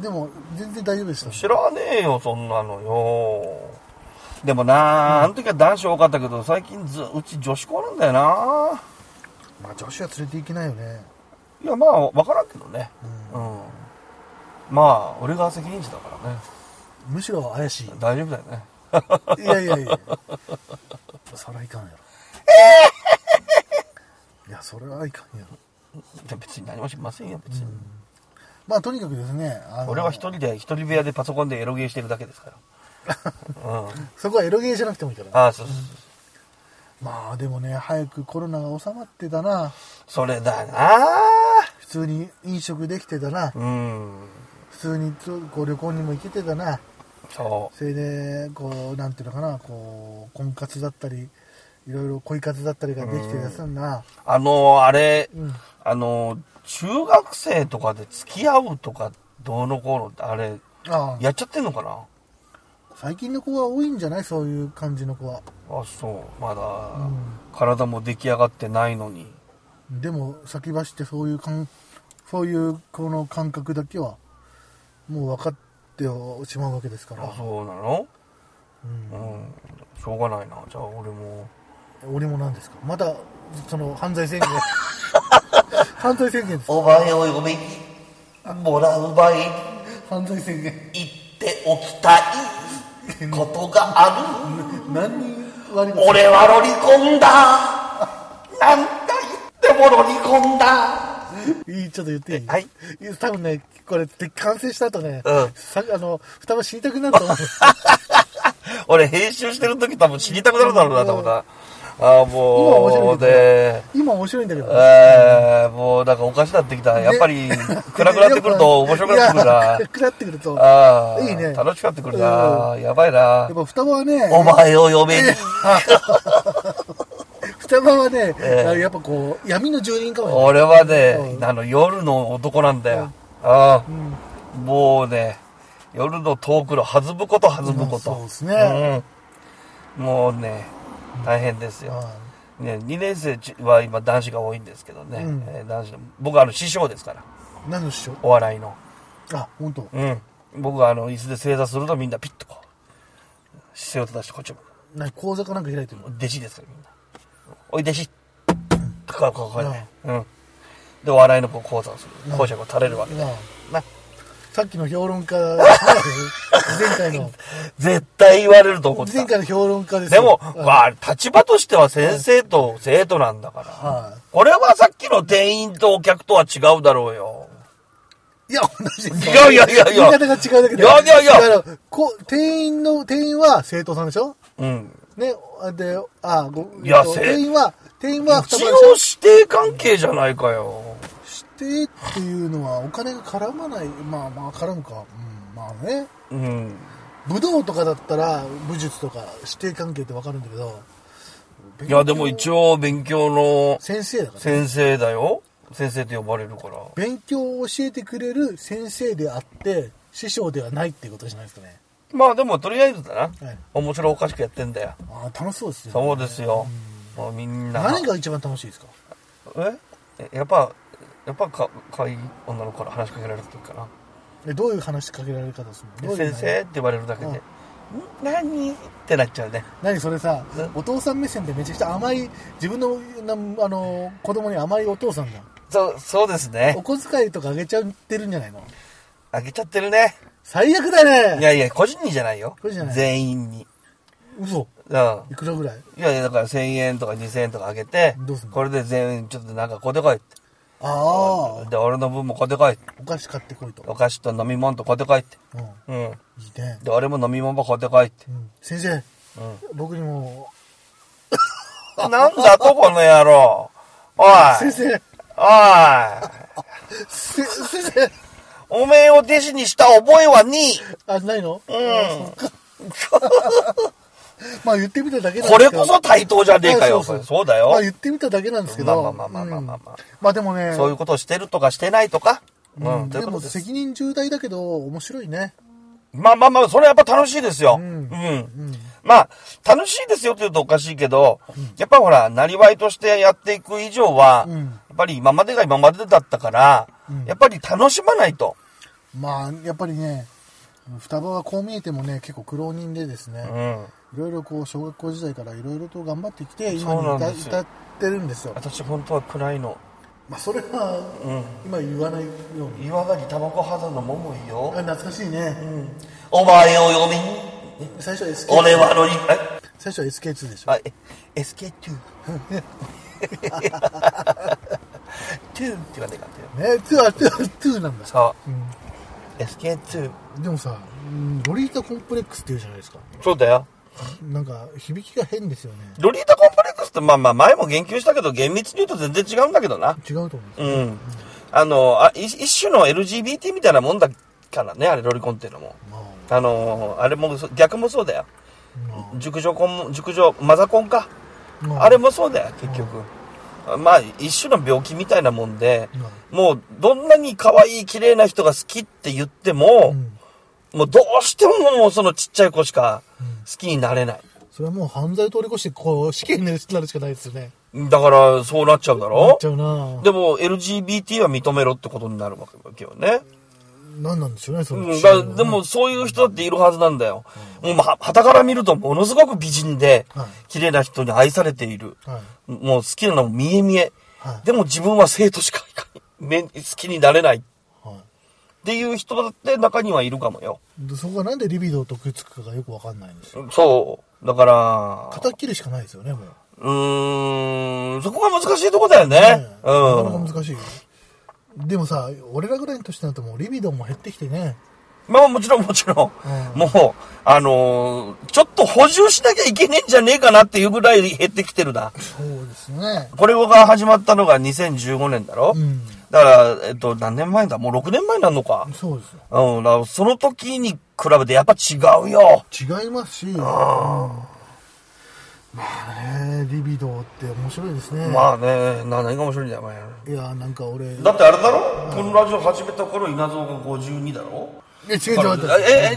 Speaker 2: でも、全然大丈夫でした、
Speaker 1: 知らねえよ、そんなのよ。でもなあ、あの時は男子多かったけど、最近ず、うち女子校なんだよな
Speaker 2: まあ、女子は連れていけないよね。
Speaker 1: いや、まあ、わからんけどね。うん。まあ、俺が責任者だからね。
Speaker 2: むしろ怪しい。
Speaker 1: 大丈夫だよね。
Speaker 2: いやいやいや。それはいかんやろ。いや、それはいかんやろ。
Speaker 1: いや別に何もしませんよ、別に。
Speaker 2: まあ、とにかくですね。あの
Speaker 1: 俺は一人で、一人部屋でパソコンでエロゲーしてるだけです から。うん。
Speaker 2: そこはエロゲーじゃなくてもいいから。
Speaker 1: ああ、そうそうそう。
Speaker 2: まあでもね、早くコロナが収まってたな、
Speaker 1: それだな
Speaker 2: 普通に飲食できてたな、
Speaker 1: うん。
Speaker 2: 普通につこう旅行にも行けてたな、
Speaker 1: そ
Speaker 2: それで、こう、なんていうのかな、こう、婚活だったり、いろいろ恋活だったりができてたさんな、
Speaker 1: う。あのあれ、
Speaker 2: うん
Speaker 1: あの中学生とかで付き合うとか、どうのこうのって、あれ、
Speaker 2: ああ
Speaker 1: やっちゃってんのかな
Speaker 2: 最近の子は多いんじゃないそういう感じの子は。
Speaker 1: あ、そう。まだ、
Speaker 2: ん
Speaker 1: 体も出来上がってないのに。
Speaker 2: でも、先走ってそういう感、そういうこの感覚だけは、もう分かってしまうわけですから
Speaker 1: あ、、そうなの
Speaker 2: うん
Speaker 1: うん。しょうがないな。じゃあ、俺も。
Speaker 2: 俺もなんですかまたその犯罪宣 言犯罪宣言です
Speaker 1: お前を呼び、もらう場合、
Speaker 2: 犯罪宣言
Speaker 1: 言っておきたいことがある。
Speaker 2: 何人割りが
Speaker 1: 俺はロリコンだなんと言ってもロリコンだ
Speaker 2: いいちょっと言っていい
Speaker 1: はい
Speaker 2: いや多分ねこれで完成した後ね、
Speaker 1: うん
Speaker 2: さあの双葉死 にたくなると思う
Speaker 1: 俺編集してる時多分死にたくなるだろうな、多分な。ああ、もう、
Speaker 2: 今面白い
Speaker 1: ね。
Speaker 2: 今面白いんだけど。
Speaker 1: えー、もうなんかおかしなってきた。やっぱり、暗くなってくると面白くなってくる
Speaker 2: いや
Speaker 1: な
Speaker 2: 暗。くなってくると。やっ
Speaker 1: ああ、
Speaker 2: いいね
Speaker 1: 楽しくなってくるな。やばいな。
Speaker 2: ぱ双葉はね、
Speaker 1: お前を嫁に。
Speaker 2: 双葉はね、
Speaker 1: ええ
Speaker 2: やっぱこう、闇の住人かもしれない。
Speaker 1: 俺はね
Speaker 2: う、ん
Speaker 1: あの、夜の男なんだよ。ああ、もうね、夜のトークの弾むこと弾むこ
Speaker 2: うんそう
Speaker 1: と
Speaker 2: で。すね。
Speaker 1: うんもうね、大変ですよ。
Speaker 2: あ
Speaker 1: ね、2年生は今男子が多いんですけどね。
Speaker 2: うん
Speaker 1: えー男子の僕はあの師匠ですから、
Speaker 2: 何の師匠
Speaker 1: お笑いの。
Speaker 2: あ、本当。
Speaker 1: うん。僕があの、椅子で正座するとみんなピッとこう、姿勢を正してこっちも。
Speaker 2: 何講座かなんか開いてるの
Speaker 1: 弟子ですからみんな。おい弟子とかこうこうね。うん。で、お笑いのこう講座をする。講釈を垂れるわけ。
Speaker 2: なあ
Speaker 1: な
Speaker 2: さっきの評論家、前回 の、
Speaker 1: 絶対言われると思っ
Speaker 2: 前
Speaker 1: た。
Speaker 2: 回の評論家です
Speaker 1: で
Speaker 2: よ。
Speaker 1: も、
Speaker 2: うん
Speaker 1: まあ、立場としては先生と生徒なんだから。
Speaker 2: は
Speaker 1: これはさっきの店員とお客とは違うだろうよ。
Speaker 2: い。いや、同じです。
Speaker 1: いやいやいやいや
Speaker 2: 言い方が違うだけで。
Speaker 1: いやいやいや
Speaker 2: だから、こう、店員の、店員は生徒さんでしょ
Speaker 1: うん。
Speaker 2: ね、で、あ、ご、
Speaker 1: いや
Speaker 2: えっと
Speaker 1: せ
Speaker 2: 店員は、店員は
Speaker 1: 一
Speaker 2: 双葉
Speaker 1: 応
Speaker 2: でし
Speaker 1: 師弟関係じゃないかよ。
Speaker 2: ょ指定っていうのはお金が絡まない、まあまあ絡むか。うん、まあね。
Speaker 1: うん。
Speaker 2: 武道とかだったら、武術とか指定関係ってわかるんだけど。
Speaker 1: いや、でも一応勉強の
Speaker 2: 先生だからね。
Speaker 1: 先生だよ。先生と呼ばれるから。
Speaker 2: 勉強を教えてくれる先生であって師匠ではないっていうことじゃないですかね、
Speaker 1: まあでもとりあえずだな。
Speaker 2: はい、
Speaker 1: 面白おかしくやってんだよ。
Speaker 2: ああ楽しそうですよ、ね、
Speaker 1: そうですよ。もうみんな。
Speaker 2: 何が一番楽しいですか
Speaker 1: えやっぱ、やっぱか、かわいい女の子から話しかけられる時かな。
Speaker 2: えどういう話しかけられる方でするの
Speaker 1: 先生って言われるだけで、ん何ってなっちゃうね。
Speaker 2: 何それさ
Speaker 1: な
Speaker 2: お父さん目線でめちゃくちゃ甘い自分のなあの子供に甘いお父さんだ
Speaker 1: そう、そうですね
Speaker 2: お。小遣いとかあげちゃってるんじゃないの
Speaker 1: あげちゃってるね。
Speaker 2: 最悪だ
Speaker 1: い
Speaker 2: ね
Speaker 1: やいや、個人にじゃないよ。
Speaker 2: 個人じゃない
Speaker 1: 全員に。
Speaker 2: 嘘
Speaker 1: うん。
Speaker 2: いくらぐらい
Speaker 1: いやいや、だから1000円とか2000円とかあげて
Speaker 2: どうすん、の
Speaker 1: これで全員ちょっとなんかこうでこいって。
Speaker 2: ああ
Speaker 1: で、俺の分もこうでこい。
Speaker 2: お菓子買ってこいと、
Speaker 1: お菓子と飲み物とこうでこいって。
Speaker 2: うん、い
Speaker 1: うん。
Speaker 2: いね、
Speaker 1: で、俺も飲み物もこうでこい って
Speaker 2: う。ん、先生
Speaker 1: うん。
Speaker 2: 僕にも
Speaker 1: なんだとこの野郎。 おい
Speaker 2: 先。生
Speaker 1: お
Speaker 2: せ先生
Speaker 1: い。おめえを弟子にした覚えはねえ。
Speaker 2: あ、ない
Speaker 1: ん
Speaker 2: のうん。そっか まあ言ってみただ けなん
Speaker 1: これこそ対等じゃねえかよ。
Speaker 2: あ
Speaker 1: そ
Speaker 2: そううそう
Speaker 1: だよ
Speaker 2: まあ。言ってみただけなんですけど。
Speaker 1: まあまあまあまあまあまあ
Speaker 2: うんまあでもね、
Speaker 1: そういうことをしてるとかしてないとか。う
Speaker 2: うん
Speaker 1: ん。とい
Speaker 2: で
Speaker 1: うこ
Speaker 2: も
Speaker 1: とです。
Speaker 2: 責任重大だけど、面白いね。
Speaker 1: まあまあまあ、それはやっぱ楽しいですよ。う
Speaker 2: うんん。
Speaker 1: まあ、楽しいですよって言うとおかしいけど、やっぱほら、なりわいとしてやっていく以上は、
Speaker 2: うん
Speaker 1: やっぱり今までが今までだったから、
Speaker 2: ん
Speaker 1: やっぱり楽しまないと。
Speaker 2: まあ、やっぱりね、双葉はこう見えてもね、結構苦労人でですね、
Speaker 1: うん。
Speaker 2: いろいろこう、小学校時代からいろいろと頑張ってきて、今
Speaker 1: そう
Speaker 2: に
Speaker 1: なん
Speaker 2: 至
Speaker 1: ですよ
Speaker 2: 至ってるんですよ。
Speaker 1: 私本当は暗いの。
Speaker 2: まあ、それは、
Speaker 1: うん。
Speaker 2: 今言わないように。
Speaker 1: 岩がりタバコ肌の桃井
Speaker 2: あ
Speaker 1: よ。
Speaker 2: 懐かしいね。
Speaker 1: お前を読み、
Speaker 2: 最初は SK、
Speaker 1: 俺はのり、
Speaker 2: 最初は SK2 でしょ。
Speaker 1: あ、え、SK2。2って言わないかったよ。
Speaker 2: ね、2は2は2なんだ。
Speaker 1: さあ、
Speaker 2: うん
Speaker 1: SK2。
Speaker 2: でもさ、うんロリータコンプレックスって言うじゃないですか。
Speaker 1: そうだよ。
Speaker 2: なんか、響きが変ですよね。
Speaker 1: ロリータコンプレックスって、まあまあ前も言及したけど、厳密に言うと全然違うんだけどな。
Speaker 2: 違うと思う。
Speaker 1: うん。あの、あ一一種の LGBT みたいなもんだからね、あれロリコンっていうのも。
Speaker 2: まあ、
Speaker 1: あの、あれもそ、逆もそうだよ。
Speaker 2: ま
Speaker 1: 熟女コンも、熟女、マザコンか。
Speaker 2: あ、ま
Speaker 1: あれもそうだよ、結局。まあ、一種の病気みたいなもんで、もう、どんなに可愛い、綺麗な人が好きって言って
Speaker 2: う
Speaker 1: も、
Speaker 2: ん。
Speaker 1: もうどうしてももうそのちっちゃい子しか好きになれない。
Speaker 2: それはもう犯罪通り越して、こう、死刑になるしかないですよね。
Speaker 1: だから、そうなっちゃうだ
Speaker 2: なっ
Speaker 1: ろ
Speaker 2: ちゃうな
Speaker 1: でも、LGBT は認めろってことになるわけよね。
Speaker 2: なんなんでしょうね、その
Speaker 1: うん、
Speaker 2: 基
Speaker 1: だ
Speaker 2: 準はね、
Speaker 1: でも、そういう人だっているはずなんだよ。もう、まあ、旗から見るとものすごく美人で
Speaker 2: はい、
Speaker 1: 綺麗な人に愛されている。
Speaker 2: はい。
Speaker 1: もう好きなのも見え見え。
Speaker 2: はい
Speaker 1: でも自分は生徒しかいかにめ好きになれないっ
Speaker 2: は
Speaker 1: ていう人だって中にはいるかもよ。
Speaker 2: い。でそこがなんでリビドーとくっつくかがよくわかんないんですよ。
Speaker 1: そう。だから、
Speaker 2: 叩っ切るしかないですよね、もう。
Speaker 1: うーん、そこが難しいとこだよね。
Speaker 2: ねなかな
Speaker 1: う
Speaker 2: か
Speaker 1: ん。
Speaker 2: 難しいよ。でもさ、俺らぐらいの年になるともうリビドーも減ってきてね。
Speaker 1: まあもちろんもちろん、
Speaker 2: うん
Speaker 1: もう、あのーちょっと補充しなきゃいけねえんじゃねえかなっていうぐらい減ってきてるな。
Speaker 2: そうですね。
Speaker 1: これが始まったのが2015年だろ、
Speaker 2: うん。
Speaker 1: だから、えっと、何年前だもう6年前になるのか。
Speaker 2: そうですよ。
Speaker 1: うん、だからその時に比べてやっぱ違うよ。
Speaker 2: 違いますし、うんまあね、リビドーって面白いですね。
Speaker 1: まあね、な何が面白いんだよ、お前。
Speaker 2: いや、なんか俺、
Speaker 1: だってあれだろこのラジオ始めた頃、稲造が52だろ
Speaker 2: え、違う違う違う。
Speaker 1: え、え、え、え、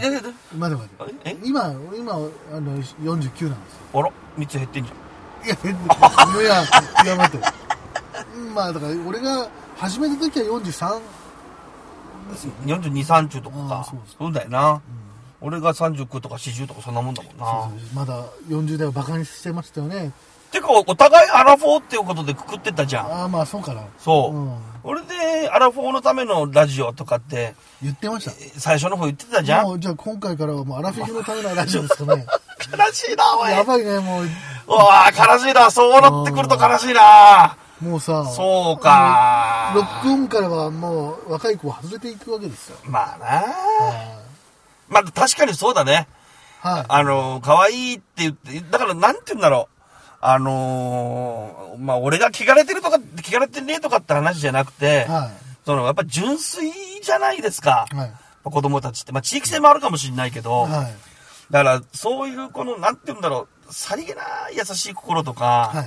Speaker 2: 待って待って
Speaker 1: え
Speaker 2: 今、今、あの、49なんですよ。
Speaker 1: あら、3つ減ってんじゃん。
Speaker 2: いや、変だ。いや、いや、待って。まあ、だから、俺が始めた時は43。
Speaker 1: 42、30とか
Speaker 2: ああ
Speaker 1: か
Speaker 2: そうです。
Speaker 1: そうだよな。俺が39とか40とかそんなもんだもんな
Speaker 2: そう。そうまだ40代をバカにしてましたよね。
Speaker 1: てか、お互いアラフォーっていうことでくくってたじゃん。
Speaker 2: ああ、まあ、そうかな。
Speaker 1: そう。
Speaker 2: うん
Speaker 1: 俺で、アラフォーのためのラジオとかって、
Speaker 2: 言ってました。
Speaker 1: 最初の方言ってたじゃん。
Speaker 2: もう、じゃあ今回からはもう、アラフィフのためのラジオですかね。
Speaker 1: 悲しいな、おい。
Speaker 2: やばいね、もう、
Speaker 1: うわー悲しいな。そうなってくると悲しいな。
Speaker 2: もうさ、
Speaker 1: そうか
Speaker 2: あのロックオンからはもう、若い子は外れていくわけですよ。
Speaker 1: まあな
Speaker 2: は
Speaker 1: まあ確かにそうだね。
Speaker 2: い。
Speaker 1: あの、可愛いって言って、だからなんて言うんだろう。あのーまあ俺が汚れてるとか、汚れてねえとかって話じゃなくて、
Speaker 2: は
Speaker 1: そのやっぱ純粋じゃないですか。
Speaker 2: い。はい。
Speaker 1: 子供たちって。まあ地域性もあるかもしれないけど、
Speaker 2: はい。
Speaker 1: だからそういうこの、なんて言うんだろう、さりげな優しい心とか、
Speaker 2: は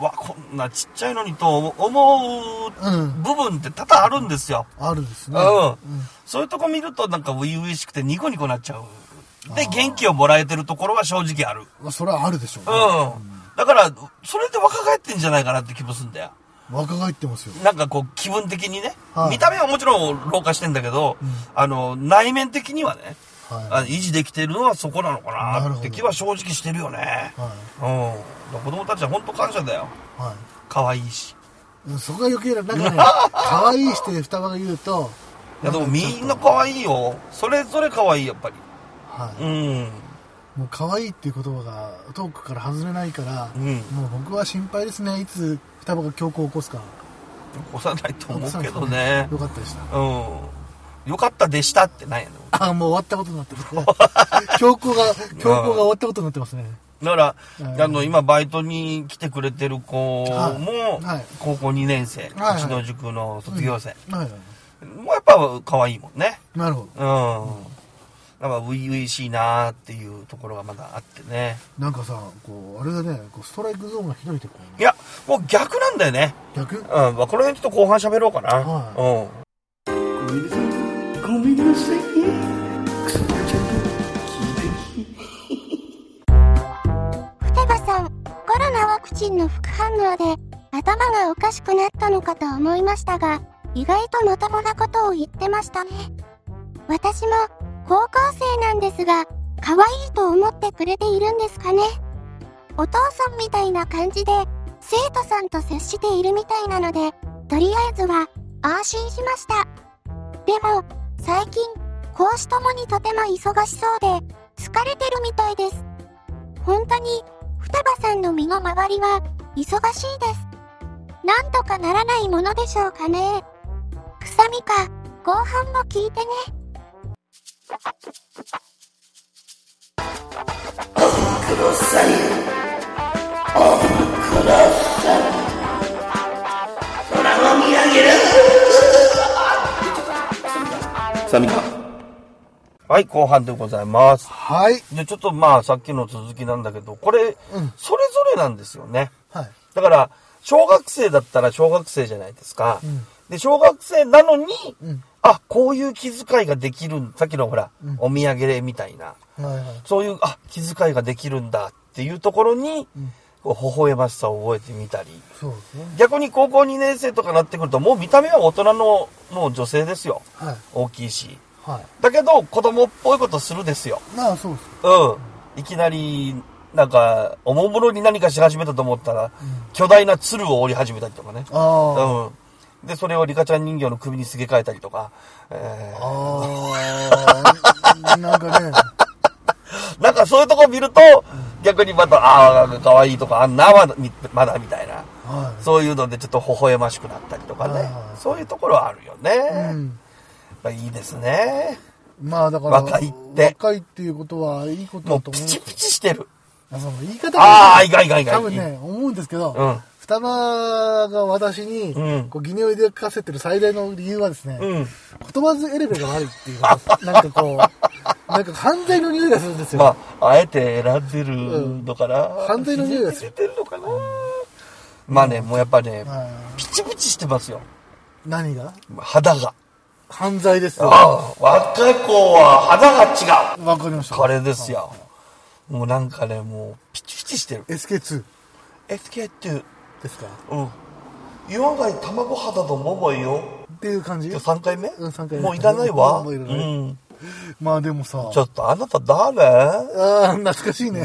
Speaker 2: い。
Speaker 1: わ、こんなちっちゃいのにと思う
Speaker 2: うん。
Speaker 1: 部分って多々あるんですよ。
Speaker 2: あるです
Speaker 1: う
Speaker 2: ね。
Speaker 1: ん。
Speaker 2: うん
Speaker 1: そういうとこ見るとなんか初々しくてニコニコなっちゃう。で、元気をもらえてるところは正直ある。
Speaker 2: まあ、それはあるでしょう、ね。
Speaker 1: うん。だから、それで若返ってんじゃないかなって気もするんだよ。
Speaker 2: 若返ってますよ。
Speaker 1: なんかこう、気分的にね。
Speaker 2: はい
Speaker 1: 見た目はもちろん老化してんだけど、あの、内面的にはね、
Speaker 2: は
Speaker 1: あ維持できてるのはそこなのか
Speaker 2: な
Speaker 1: な
Speaker 2: る
Speaker 1: っ
Speaker 2: ほ
Speaker 1: て
Speaker 2: ど
Speaker 1: 気は正直してるよね。
Speaker 2: い。は
Speaker 1: うん。だから子供たちは本当感謝だよ。
Speaker 2: い。は
Speaker 1: 可愛いし。
Speaker 2: いうん。そこが余計な、なんかね、 可愛いして双葉が言うと、
Speaker 1: いやでもみんな可愛いよ。それぞれ可愛い、やっぱり。
Speaker 2: は
Speaker 1: うん。
Speaker 2: い。もう可愛いっていう言葉がトークから外れないから、
Speaker 1: うん
Speaker 2: もう僕は心配ですね。いつ双葉が強行を起こすか。
Speaker 1: 起こさないと思うけど
Speaker 2: 起
Speaker 1: ね
Speaker 2: こ。さないですよかったでした。
Speaker 1: うん。よかったでしたってなんやねん。
Speaker 2: ああ、もう終わったことになってる。 強行が、強行が終わったことになってますね。
Speaker 1: だから、
Speaker 2: うん
Speaker 1: あの、今、バイトに来てくれてる子も
Speaker 2: はいはい、
Speaker 1: 高校2年生、うち
Speaker 2: はいはい
Speaker 1: の塾の卒業生。
Speaker 2: はいはいは
Speaker 1: もうやっぱ、可愛いもんね。
Speaker 2: い。なるほど。
Speaker 1: うん。なんか、初々しいなーっていうところがまだあってね。
Speaker 2: なんかさ、こう、あれだね、こうストライクゾーンが広いとこう
Speaker 1: いや、もう逆なんだよね。
Speaker 2: 逆
Speaker 1: うん。まあ、この辺ちょっと後半喋ろうかな。
Speaker 2: は
Speaker 1: うん。
Speaker 4: ふてばさん、コロナワクチンの副反応で頭がおかしくなったのかと思いましたが、意外とまともなことを言ってましたね。私も高校生なんですが、可愛いと思ってくれているんですかね。お父さんみたいな感じで生徒さんと接しているみたいなので、とりあえずは安心しました。でも、最近、講師ともにとても忙しそうで、疲れてるみたいです。本当に、双葉さんの身の回りは忙しいです。なんとかならないものでしょうかね。くさみか、後半も聞いてね。
Speaker 1: さみか。はい、後半でございます。
Speaker 2: はい。
Speaker 1: で、ちょっとまあ、さっきの続きなんだけど、これ、
Speaker 2: うん
Speaker 1: それぞれなんですよね。
Speaker 2: はい。
Speaker 1: だから、小学生だったら小学生じゃないですか。
Speaker 2: うん
Speaker 1: で、小学生なのに、
Speaker 2: うん
Speaker 1: あ、こういう気遣いができるん、さっきのほら、
Speaker 2: うん
Speaker 1: お土産でみたいな、
Speaker 2: はいはい。
Speaker 1: そういう、あ、気遣いができるんだっていうところに、
Speaker 2: うん
Speaker 1: こう微笑ましさを覚えてみたり、
Speaker 2: そうですね。
Speaker 1: 逆に高校2年生とかなってくると、もう見た目は大人の、もう女性ですよ。
Speaker 2: はい。
Speaker 1: 大きいし。
Speaker 2: は
Speaker 1: だけど、子供っぽいことするですよ。
Speaker 2: い。まあそうですよ。
Speaker 1: うん。いきなり、なんか、おもむろに何かし始めたと思ったら、巨大な鶴を折り始めたりとかね。
Speaker 2: ああ。
Speaker 1: うん。で、それをリカちゃん人形の首にすげ替えたりとか、え
Speaker 2: ああ。 なんかね、
Speaker 1: ー、なんかそういうとこ見ると、逆にまた、ああ、可愛いとか、あんな、まだ、みまだみたいな。
Speaker 2: は
Speaker 1: そういうのでちょっと微笑ましくなったりとかね
Speaker 2: は。い
Speaker 1: そういうところはあるよね
Speaker 2: い。。うん。
Speaker 1: まあいいですね。
Speaker 2: まあだから、
Speaker 1: 若いって
Speaker 2: 若いっていうことはいいこと
Speaker 1: も
Speaker 2: だ
Speaker 1: う
Speaker 2: と
Speaker 1: プ
Speaker 2: 思うんです
Speaker 1: チ
Speaker 2: よ
Speaker 1: プチしてる。
Speaker 2: あその言い方
Speaker 1: ああ、
Speaker 2: が、
Speaker 1: 意外意外意外。
Speaker 2: 多分ね、思うんですけ
Speaker 1: う
Speaker 2: ど
Speaker 1: ん、
Speaker 2: 双葉が私に
Speaker 1: うん、
Speaker 2: こう、疑念を抱かせてる最大の理由はですね、
Speaker 1: うん。うん。
Speaker 2: 言葉ずエレベが悪いっていうことですなん かこう、なんか犯罪の匂いがするんですよ。
Speaker 1: まあ、あえて選んでるのかな。
Speaker 2: ん犯罪の匂いがす
Speaker 1: 出
Speaker 2: る
Speaker 1: てるのかな。まあね、もうやっぱね、
Speaker 2: あ
Speaker 1: ピチピチしてますよ。
Speaker 2: ー何が
Speaker 1: 肌が。
Speaker 2: 犯罪ですよ。
Speaker 1: ああ、若い子は肌が違う。
Speaker 2: わかりました。
Speaker 1: これですよ。もうなんかね、もう、ピチピチしてる。
Speaker 2: SK2
Speaker 1: SK2。
Speaker 2: ですか
Speaker 1: うん。岩貝卵肌の桃よ。
Speaker 2: っていう感じ
Speaker 1: 今日3回目
Speaker 2: うん三回目
Speaker 1: もういらないわ。
Speaker 2: もういらない
Speaker 1: うん。
Speaker 2: まあでもさ、
Speaker 1: ちょっとあなた誰
Speaker 2: ああ、懐かしいね。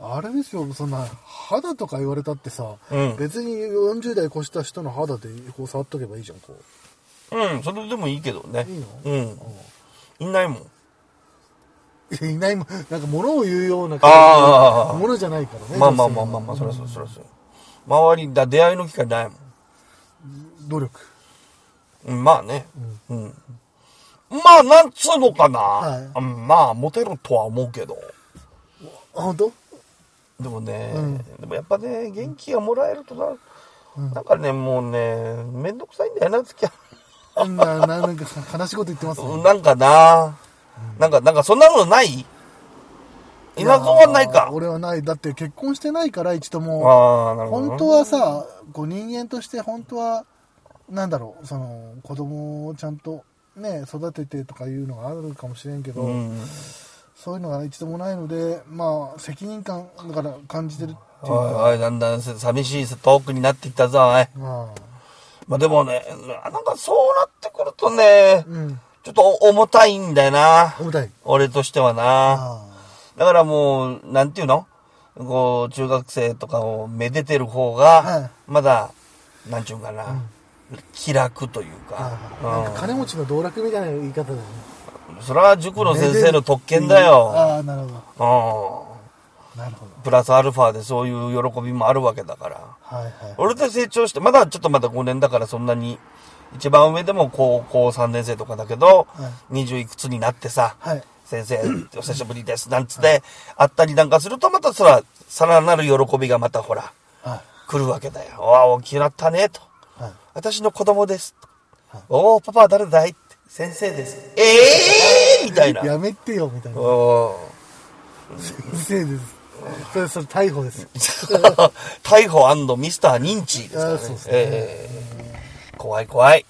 Speaker 2: あれですよ、そんな、肌とか言われたってさ、
Speaker 1: うん
Speaker 2: 別に40代越した人の肌でこう触っとけばいいじゃん、こ
Speaker 1: うん、それでもいいけどね。
Speaker 2: いいの
Speaker 1: うん。いないもん。
Speaker 2: う。 いやいないもん、なんか物を言うような
Speaker 1: ああ
Speaker 2: 物じゃないからね。
Speaker 1: まあまあまあまあまあ、そりゃそう、そりゃそう。周り、だ出会いの機会ないもん。
Speaker 2: 努力。
Speaker 1: うんまあね。うん。まあ、なんつうのかな、
Speaker 2: はい
Speaker 1: うんまあ、モテるとは思うけど。
Speaker 2: あ、本当？
Speaker 1: でもね、
Speaker 2: うん
Speaker 1: でもやっぱね、元気がもらえるとな、なんかね、もうね、めんどくさいんだよな、付き合
Speaker 2: な、な、 なんかさ悲しいこと言ってます
Speaker 1: う。うん
Speaker 2: ね。
Speaker 1: なんかな、なんか、なんかそんなのない稲造はないか。
Speaker 2: 俺はない。だって結婚してないから、一度も。
Speaker 1: ああ、なるほど。
Speaker 2: 本当はさ、こう人間として本当は、なんだろう、その、子供をちゃんとね、育ててとかいうのがあるかもしれんけど、
Speaker 1: うん。
Speaker 2: そういうのが一度もないので、まあ、責任感だから感じてるっていう
Speaker 1: おい
Speaker 2: か、
Speaker 1: おい、だんだん寂しいトークになってきたぞ、おい。
Speaker 2: ま
Speaker 1: まあでもね、なんかそうなってくるとね
Speaker 2: あ、、うん、
Speaker 1: ちょっと重たいんだよな。
Speaker 2: 重たい。
Speaker 1: 俺としてはな。
Speaker 2: あ
Speaker 1: だからもう、なんていうのこう、中学生とかをめでてる方
Speaker 2: はい
Speaker 1: が、まだ、なんちゅうんかな、気楽という
Speaker 2: あ
Speaker 1: か
Speaker 2: あ。あ、なんか金持ちの道楽みたいな言い方だよね。
Speaker 1: うんそれは塾の先生の特権だよ。
Speaker 2: ああ、なるほど。
Speaker 1: う
Speaker 2: なるほど。
Speaker 1: ん。プラスアルファでそういう喜びもあるわけだから。
Speaker 2: はいはい。
Speaker 1: 俺と成長して、まだちょっとまだ5年だからそんなに、一番上でも高校3年生とかだけど、
Speaker 2: は
Speaker 1: 20いくつになってさ、
Speaker 2: はい。
Speaker 1: 先生、お久しぶりです、なんつって、会ったりなんかするとまたそら、さらなる喜びがまたほら、
Speaker 2: は
Speaker 1: 来るわけだよ。わあ、大きくなったね、と。
Speaker 2: い。はい。
Speaker 1: 私の子供です。
Speaker 2: はい
Speaker 1: おお、パパは誰だいって先生です。ええー、みたいな。
Speaker 2: やめてよ、みたいな。
Speaker 1: おー
Speaker 2: 先生です。それ、それ、逮捕です。
Speaker 1: 逮捕ミスター認知ですから
Speaker 2: あ
Speaker 1: ね
Speaker 2: ーそうですね
Speaker 1: ええ怖い怖い。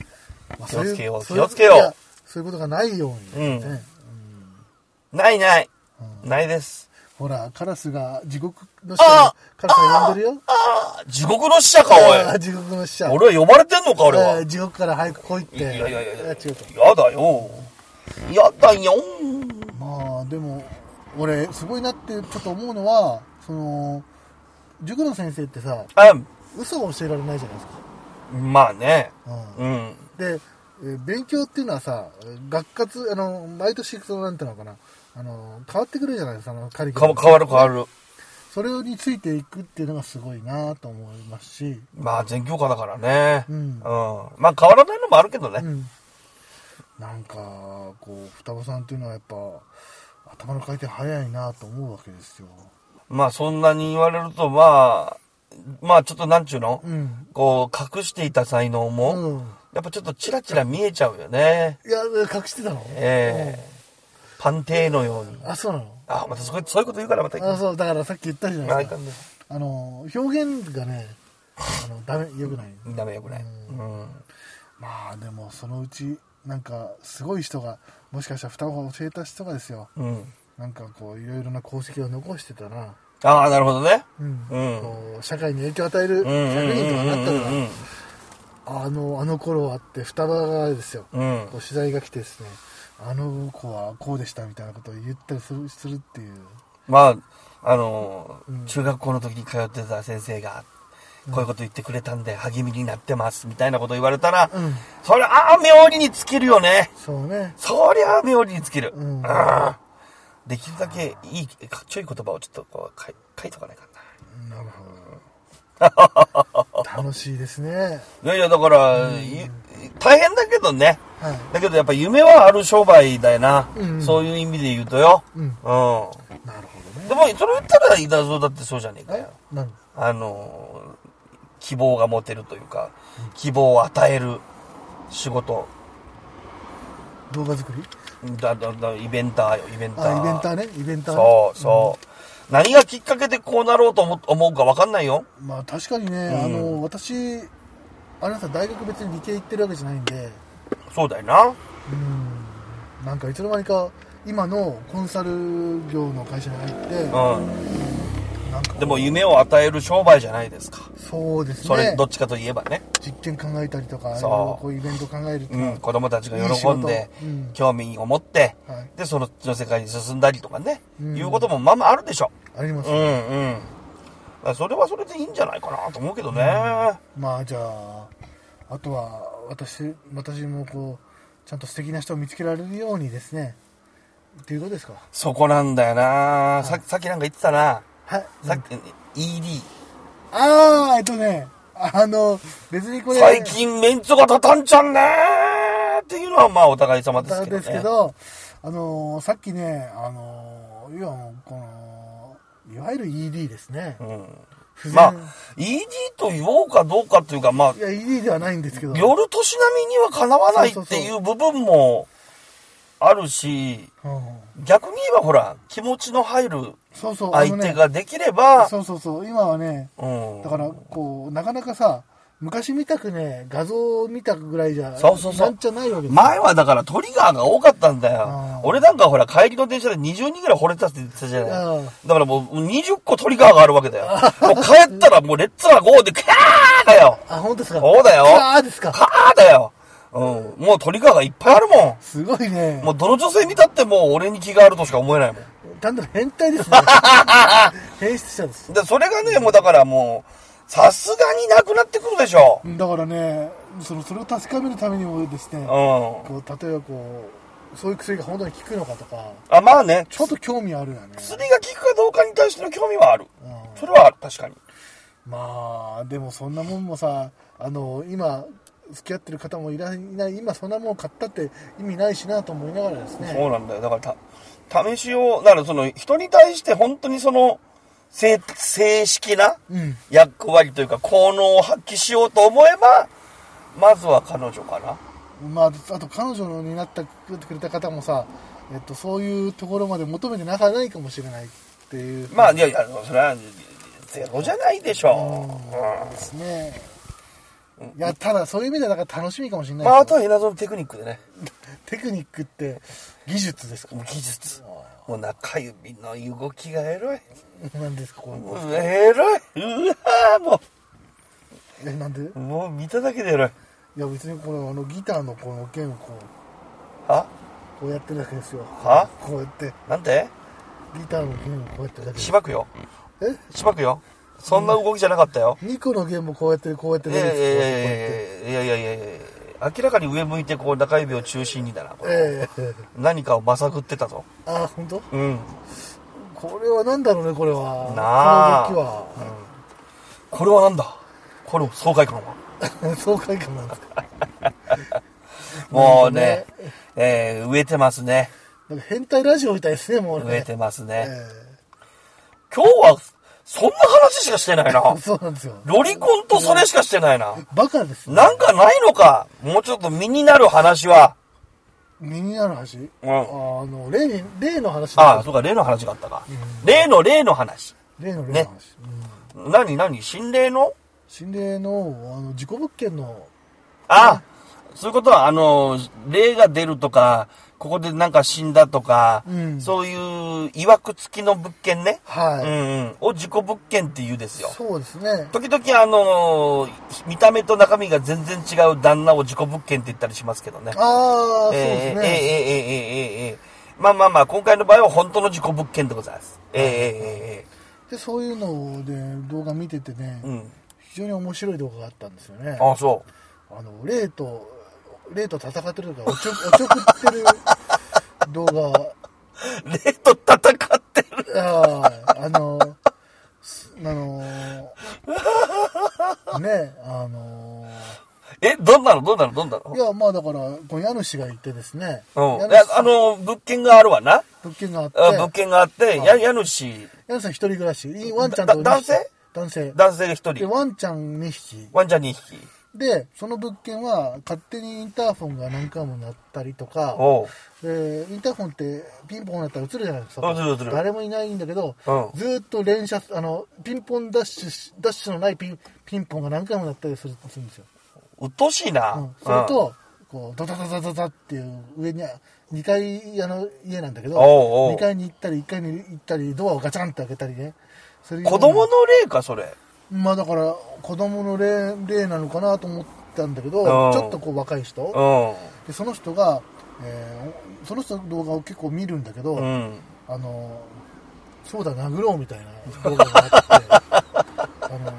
Speaker 2: まあ
Speaker 1: 気をつけよう
Speaker 2: そういう
Speaker 1: 気をつけよう
Speaker 2: いやそういうことがないように、ね
Speaker 1: うんないない。ないです。
Speaker 2: ほら、カラスが、地獄の使者
Speaker 1: あ、
Speaker 2: カラスが呼んでるよ。
Speaker 1: ああ、地獄の使者か、
Speaker 2: あ
Speaker 1: お
Speaker 2: ー地獄の使者。
Speaker 1: い。俺は呼ばれてんのか、俺は。
Speaker 2: えー地獄から早く来いって。
Speaker 1: いやいやいやいや、
Speaker 2: 違うか
Speaker 1: やだよ。やだよ。
Speaker 2: まあ、でも、俺、すごいなって、ちょっと思うのは、その、塾の先生ってさ、
Speaker 1: あ、
Speaker 2: 嘘を教えられないじゃないですか。
Speaker 1: まあね。
Speaker 2: うん
Speaker 1: うん。
Speaker 2: で、えー勉強っていうのはさ、学活、あの、毎年、その、なんていうのかな、あの、変わってくるじゃないですか、あの、カリキュ
Speaker 1: か
Speaker 2: ラム
Speaker 1: も変わる変わる。
Speaker 2: それについていくっていうのがすごいなと思いますし、
Speaker 1: まあ、全教科だからね。
Speaker 2: うん
Speaker 1: まあ、変わらないのもあるけど
Speaker 2: う
Speaker 1: ね。
Speaker 2: ん、なんかこう双葉さんっていうのはやっぱ頭の回転早いなと思うわけですよ
Speaker 1: まあ、そんなに言われると、まあ、まあ、ちょっとなんちゅうの、
Speaker 2: うん、
Speaker 1: こう、隠していた才能
Speaker 2: う
Speaker 1: も、
Speaker 2: ん、
Speaker 1: やっぱちょっとチラチラ見えちゃうよね。
Speaker 2: いや隠してたの
Speaker 1: ええパンテーのように。
Speaker 2: うんあそうなの
Speaker 1: あ、またそこそういうこと言うからまた行
Speaker 2: あ
Speaker 1: く。
Speaker 2: そうだからさっき言ったじゃ
Speaker 1: あ
Speaker 2: ない
Speaker 1: い
Speaker 2: です
Speaker 1: か
Speaker 2: か
Speaker 1: んね。
Speaker 2: あの表現がねあのダメよくない
Speaker 1: ダメよくない。うん
Speaker 2: まあでもそのうちなんかすごい人がもしかしたら双葉を教えた人がですよ
Speaker 1: うん。
Speaker 2: なんかこういろいろな功績を残してたら、
Speaker 1: ああ、なるほどね。
Speaker 2: うん
Speaker 1: うん
Speaker 2: こう社会に影響を与える
Speaker 1: う
Speaker 2: 作
Speaker 1: んうん
Speaker 2: 品とかなった
Speaker 1: うんうん
Speaker 2: らあのあの頃はあって双葉がですよ
Speaker 1: うんうん
Speaker 2: こう取材が来てですねあの子はこうでしたみたいなことを言ったりするするっていう
Speaker 1: まあ、あのー、中学校の時に通ってた先生が、こういうこと言ってくれたんで励みになってます、みたいなこと言われたら、
Speaker 2: うん
Speaker 1: そりゃあ妙に尽きるよね。
Speaker 2: そうね
Speaker 1: そりゃあ妙に尽きる。
Speaker 2: うん
Speaker 1: あーできるだけいい、かっちょいい言葉をちょっとこう書い書いとかないか
Speaker 2: なるほど楽しいですね
Speaker 1: な。いやいや、だから、い大変だけどね。
Speaker 2: はい
Speaker 1: だけどやっぱ夢はある商売だよな、
Speaker 2: うん
Speaker 1: そういう意味で言うとよ、
Speaker 2: う
Speaker 1: う
Speaker 2: んなるほど
Speaker 1: ん、
Speaker 2: ね
Speaker 1: でもそれ言ったら稲造だってそうじゃねえか
Speaker 2: え
Speaker 1: よ
Speaker 2: なん
Speaker 1: あの希望が持てるというか希望を与える仕事
Speaker 2: 動画作り
Speaker 1: だだだイベンターよイベンター
Speaker 2: あイベンターねイベンターね
Speaker 1: そうそう、何がきっかけでこうなろうと思思うか分かんないよ
Speaker 2: まあ確かにね、あの私あれさ大学別に理系行ってるわけじゃないんで
Speaker 1: そうだよな
Speaker 2: うんなんかいつの間にか今のコンサル業の会社に入って、
Speaker 1: うん、
Speaker 2: なんか
Speaker 1: でも夢を与える商売じゃないですか
Speaker 2: そうですね
Speaker 1: それどっちかといえばね、
Speaker 2: 実験考えたりとか
Speaker 1: そう
Speaker 2: いろいろこうイベント考えるとか、
Speaker 1: うん、子供たちが喜んで
Speaker 2: いい仕事うん
Speaker 1: 興味を持って、
Speaker 2: はい
Speaker 1: でそのその世界に進んだりとかね、
Speaker 2: うん
Speaker 1: いうこともまあまああるでしょ
Speaker 2: あります、
Speaker 1: うんうんだからそれはそれでいいんじゃないかなと思うけどね、
Speaker 2: まあじゃああとは私私もこうちゃんと素敵な人を見つけられるようにですねっていうことですか
Speaker 1: そこなんだよな、ささっきなんか言ってたな
Speaker 2: はい
Speaker 1: さっき、ED
Speaker 2: ああえっとねあの別にこれ
Speaker 1: 最近メンツが立たんちゃんねーっていうのはまあお互い様ですけどね。
Speaker 2: ですけど、あのーさっきね、あのーいや、この、いわゆる ED ですね。
Speaker 1: う
Speaker 2: 不
Speaker 1: ん、
Speaker 2: 全
Speaker 1: まあ、ED と言おうかどうかっていうか、まあ
Speaker 2: い、や、ED ではないんですけど。
Speaker 1: 夜年並みにはかなわない
Speaker 2: そう
Speaker 1: っ
Speaker 2: そう
Speaker 1: て
Speaker 2: そ
Speaker 1: いう部分もあるし、
Speaker 2: うん
Speaker 1: 逆に言えばほら、気持ちの入る
Speaker 2: そうそう、あの
Speaker 1: 相
Speaker 2: ね
Speaker 1: 手ができれば、
Speaker 2: そうそうそう、今はね、
Speaker 1: うん
Speaker 2: だ。から、こう、なかなかさ、昔見たくね、画像を見たぐらいじゃ、
Speaker 1: そうそうそう
Speaker 2: なんじゃないわけですよ
Speaker 1: 前はだからトリガーが多かったんだ
Speaker 2: あ
Speaker 1: よ
Speaker 2: ー。
Speaker 1: 俺なんかほら帰りの電車で20人ぐらい惚れたって言ってたじゃ
Speaker 2: あ
Speaker 1: ない
Speaker 2: ー。
Speaker 1: だからもう20個トリガーがあるわけだよ。もう帰ったらもうレッツラゴーでキャーだよ。
Speaker 2: あ、本当ですか
Speaker 1: そうだよ
Speaker 2: ああですか。
Speaker 1: カーだよ。うん。もうトリガーがいっぱいあるも
Speaker 2: すごいね
Speaker 1: ん。。もうどの女性見たってもう俺に気があるとしか思えないもん。
Speaker 2: 単なる変態ですね。 変質者です。
Speaker 1: で、それがね、もうだからもう、さすがになくなってくるでしょ。
Speaker 2: だからねそのそれを確かめるためにもですね、
Speaker 1: うん。
Speaker 2: こう例えばこうそういう薬が本当に効くのかとか
Speaker 1: あ、まあね、
Speaker 2: ちょっと興味あるよね
Speaker 1: 薬が効くかどうかに対しての興味はある。
Speaker 2: うん
Speaker 1: それはある、確かに。
Speaker 2: まあでもそんなもんもさあの今付き合ってる方もいらいない今そんなもん買ったって意味ないしなと思いながらですね
Speaker 1: そうなんだよ。だからた、試しを、だからその、人に対して本当にその、正、正式な
Speaker 2: うん
Speaker 1: 役割というか、効能を発揮しようと思えば、まずは彼女かな。
Speaker 2: まあ、あと彼女のになってくれた方もさ、えっと、そういうところまで求めてなかないかもしれないっていう
Speaker 1: まあ、いやいや、それは、ゼロじゃないでしょ
Speaker 2: うんですねいやただそういう意味ではだから楽しみかもしれ
Speaker 1: う。
Speaker 2: ない
Speaker 1: まあ、あ
Speaker 2: です
Speaker 1: と
Speaker 2: よ
Speaker 1: はエナゾのテクニックでね、
Speaker 2: テクニックって技術ですか
Speaker 1: 技術。もう中指の動きがエロい。
Speaker 2: なんですかこ
Speaker 1: もうエロい。うわぁ、も、
Speaker 2: れえなんでいう
Speaker 1: もう見ただけでエロい。
Speaker 2: や別にこのあのギターのこの弦をこう
Speaker 1: は
Speaker 2: こうやってるだけですよ
Speaker 1: は
Speaker 2: こうやって
Speaker 1: なんで
Speaker 2: ギターの弦をこうやってるだけです
Speaker 1: しばくよ。
Speaker 2: え
Speaker 1: しばくよ。そんな動きじゃなかったよ。
Speaker 2: 2個の弦もこうやってこうやって
Speaker 1: い
Speaker 2: るだ
Speaker 1: や
Speaker 2: け
Speaker 1: いやいや
Speaker 2: です
Speaker 1: いやいやいやいやいや明らかに上向いてこう中指を中心にだなこ
Speaker 2: こう
Speaker 1: れ、
Speaker 2: やってええ
Speaker 1: 何かをまさぐってたぞ
Speaker 2: あ本当？
Speaker 1: うん
Speaker 2: これはなんだろうねこれは
Speaker 1: なあ
Speaker 2: この動きは、
Speaker 1: これはなんだこれ爽快感は
Speaker 2: 爽快感なんですか
Speaker 1: もうねえー、植えてますね
Speaker 2: なんか変態ラジオみたいですねもうね
Speaker 1: 植えてますね、
Speaker 2: え
Speaker 1: 今日はそんな話しかしてないな
Speaker 2: えそうなんですよ
Speaker 1: ロリコンとそれしかしてないな
Speaker 2: バカですね
Speaker 1: なんかないのかもうちょっと身になる話は
Speaker 2: 身になる話、
Speaker 1: うん
Speaker 2: あの例に例の話
Speaker 1: ああ
Speaker 2: だ
Speaker 1: そうか例の話があったか、例の例の話
Speaker 2: 例の例
Speaker 1: ね
Speaker 2: の話、うん
Speaker 1: 何何心霊の
Speaker 2: 心霊のあの事故物件の
Speaker 1: あ、そういうことは、あの、霊が出るとか、ここでなんか死んだとか、
Speaker 2: うん
Speaker 1: そういう、曰く付きの物件ね。
Speaker 2: はい、
Speaker 1: うんうん。を自己物件って言うですよ。
Speaker 2: そうですね
Speaker 1: 時々、あの、見た目と中身が全然違う旦那を自己物件って言ったりしますけどね。
Speaker 2: あ
Speaker 1: え
Speaker 2: あ、そ
Speaker 1: ー
Speaker 2: う
Speaker 1: えーえーえー
Speaker 2: ですね、
Speaker 1: えーえーえーまあまあまあ、今回の場合は本当の自己物件でございます。えーえーえ
Speaker 2: でそういうので動画見ててね、
Speaker 1: ーえーうん。
Speaker 2: 非常に面白い動画があったんですよね
Speaker 1: あ、そ
Speaker 2: あの霊と霊と戦ってるとかおちょおちょくってる動画
Speaker 1: う。 霊と戦ってる。
Speaker 2: あああのすあのねあの
Speaker 1: え、どんなのどんなのどんないの
Speaker 2: や、まあだから、この家主がいてですね。
Speaker 1: うん。い
Speaker 2: 家
Speaker 1: や
Speaker 2: 主、
Speaker 1: あの、物件があるわな。
Speaker 2: 物件があって、
Speaker 1: あ物件があって、や、家主、
Speaker 2: 家主は一人暮らし。いいワンちゃん
Speaker 1: だ
Speaker 2: と
Speaker 1: だ男性
Speaker 2: 男性。
Speaker 1: 男性が一
Speaker 2: で、
Speaker 1: 人、
Speaker 2: ワンちゃん2匹。
Speaker 1: ワンちゃん2匹。
Speaker 2: で、その物件は勝手にインターフォンが何回も鳴ったりとか、
Speaker 1: おう。
Speaker 2: でインターフォンってピンポン鳴ったら映るじゃないです
Speaker 1: うん映る映
Speaker 2: か
Speaker 1: る
Speaker 2: 誰もいないんだけど、
Speaker 1: うん
Speaker 2: ずーっと連射あのピンポンダッシュしダッシュのないピンピンポンが何回も鳴ったりするするんですよ、
Speaker 1: うっとうしいな。
Speaker 2: う
Speaker 1: うんん、
Speaker 2: それと、こうドタドタドタっていう上に2階あの家なんだけど
Speaker 1: おうおう
Speaker 2: 2階に行ったり1階に行ったりドアをガチャンって開けたりねするよう
Speaker 1: 子
Speaker 2: な
Speaker 1: 供の霊か、それ。
Speaker 2: まあだから子供の例例なのかなと思ったんだけど
Speaker 1: うん
Speaker 2: ちょっとこう若い人、
Speaker 1: う
Speaker 2: でその人が、えーその人の動画を結構見るんだけど、
Speaker 1: ん。うん。
Speaker 2: あのそうだ殴ろうみたいな動画があ ってあの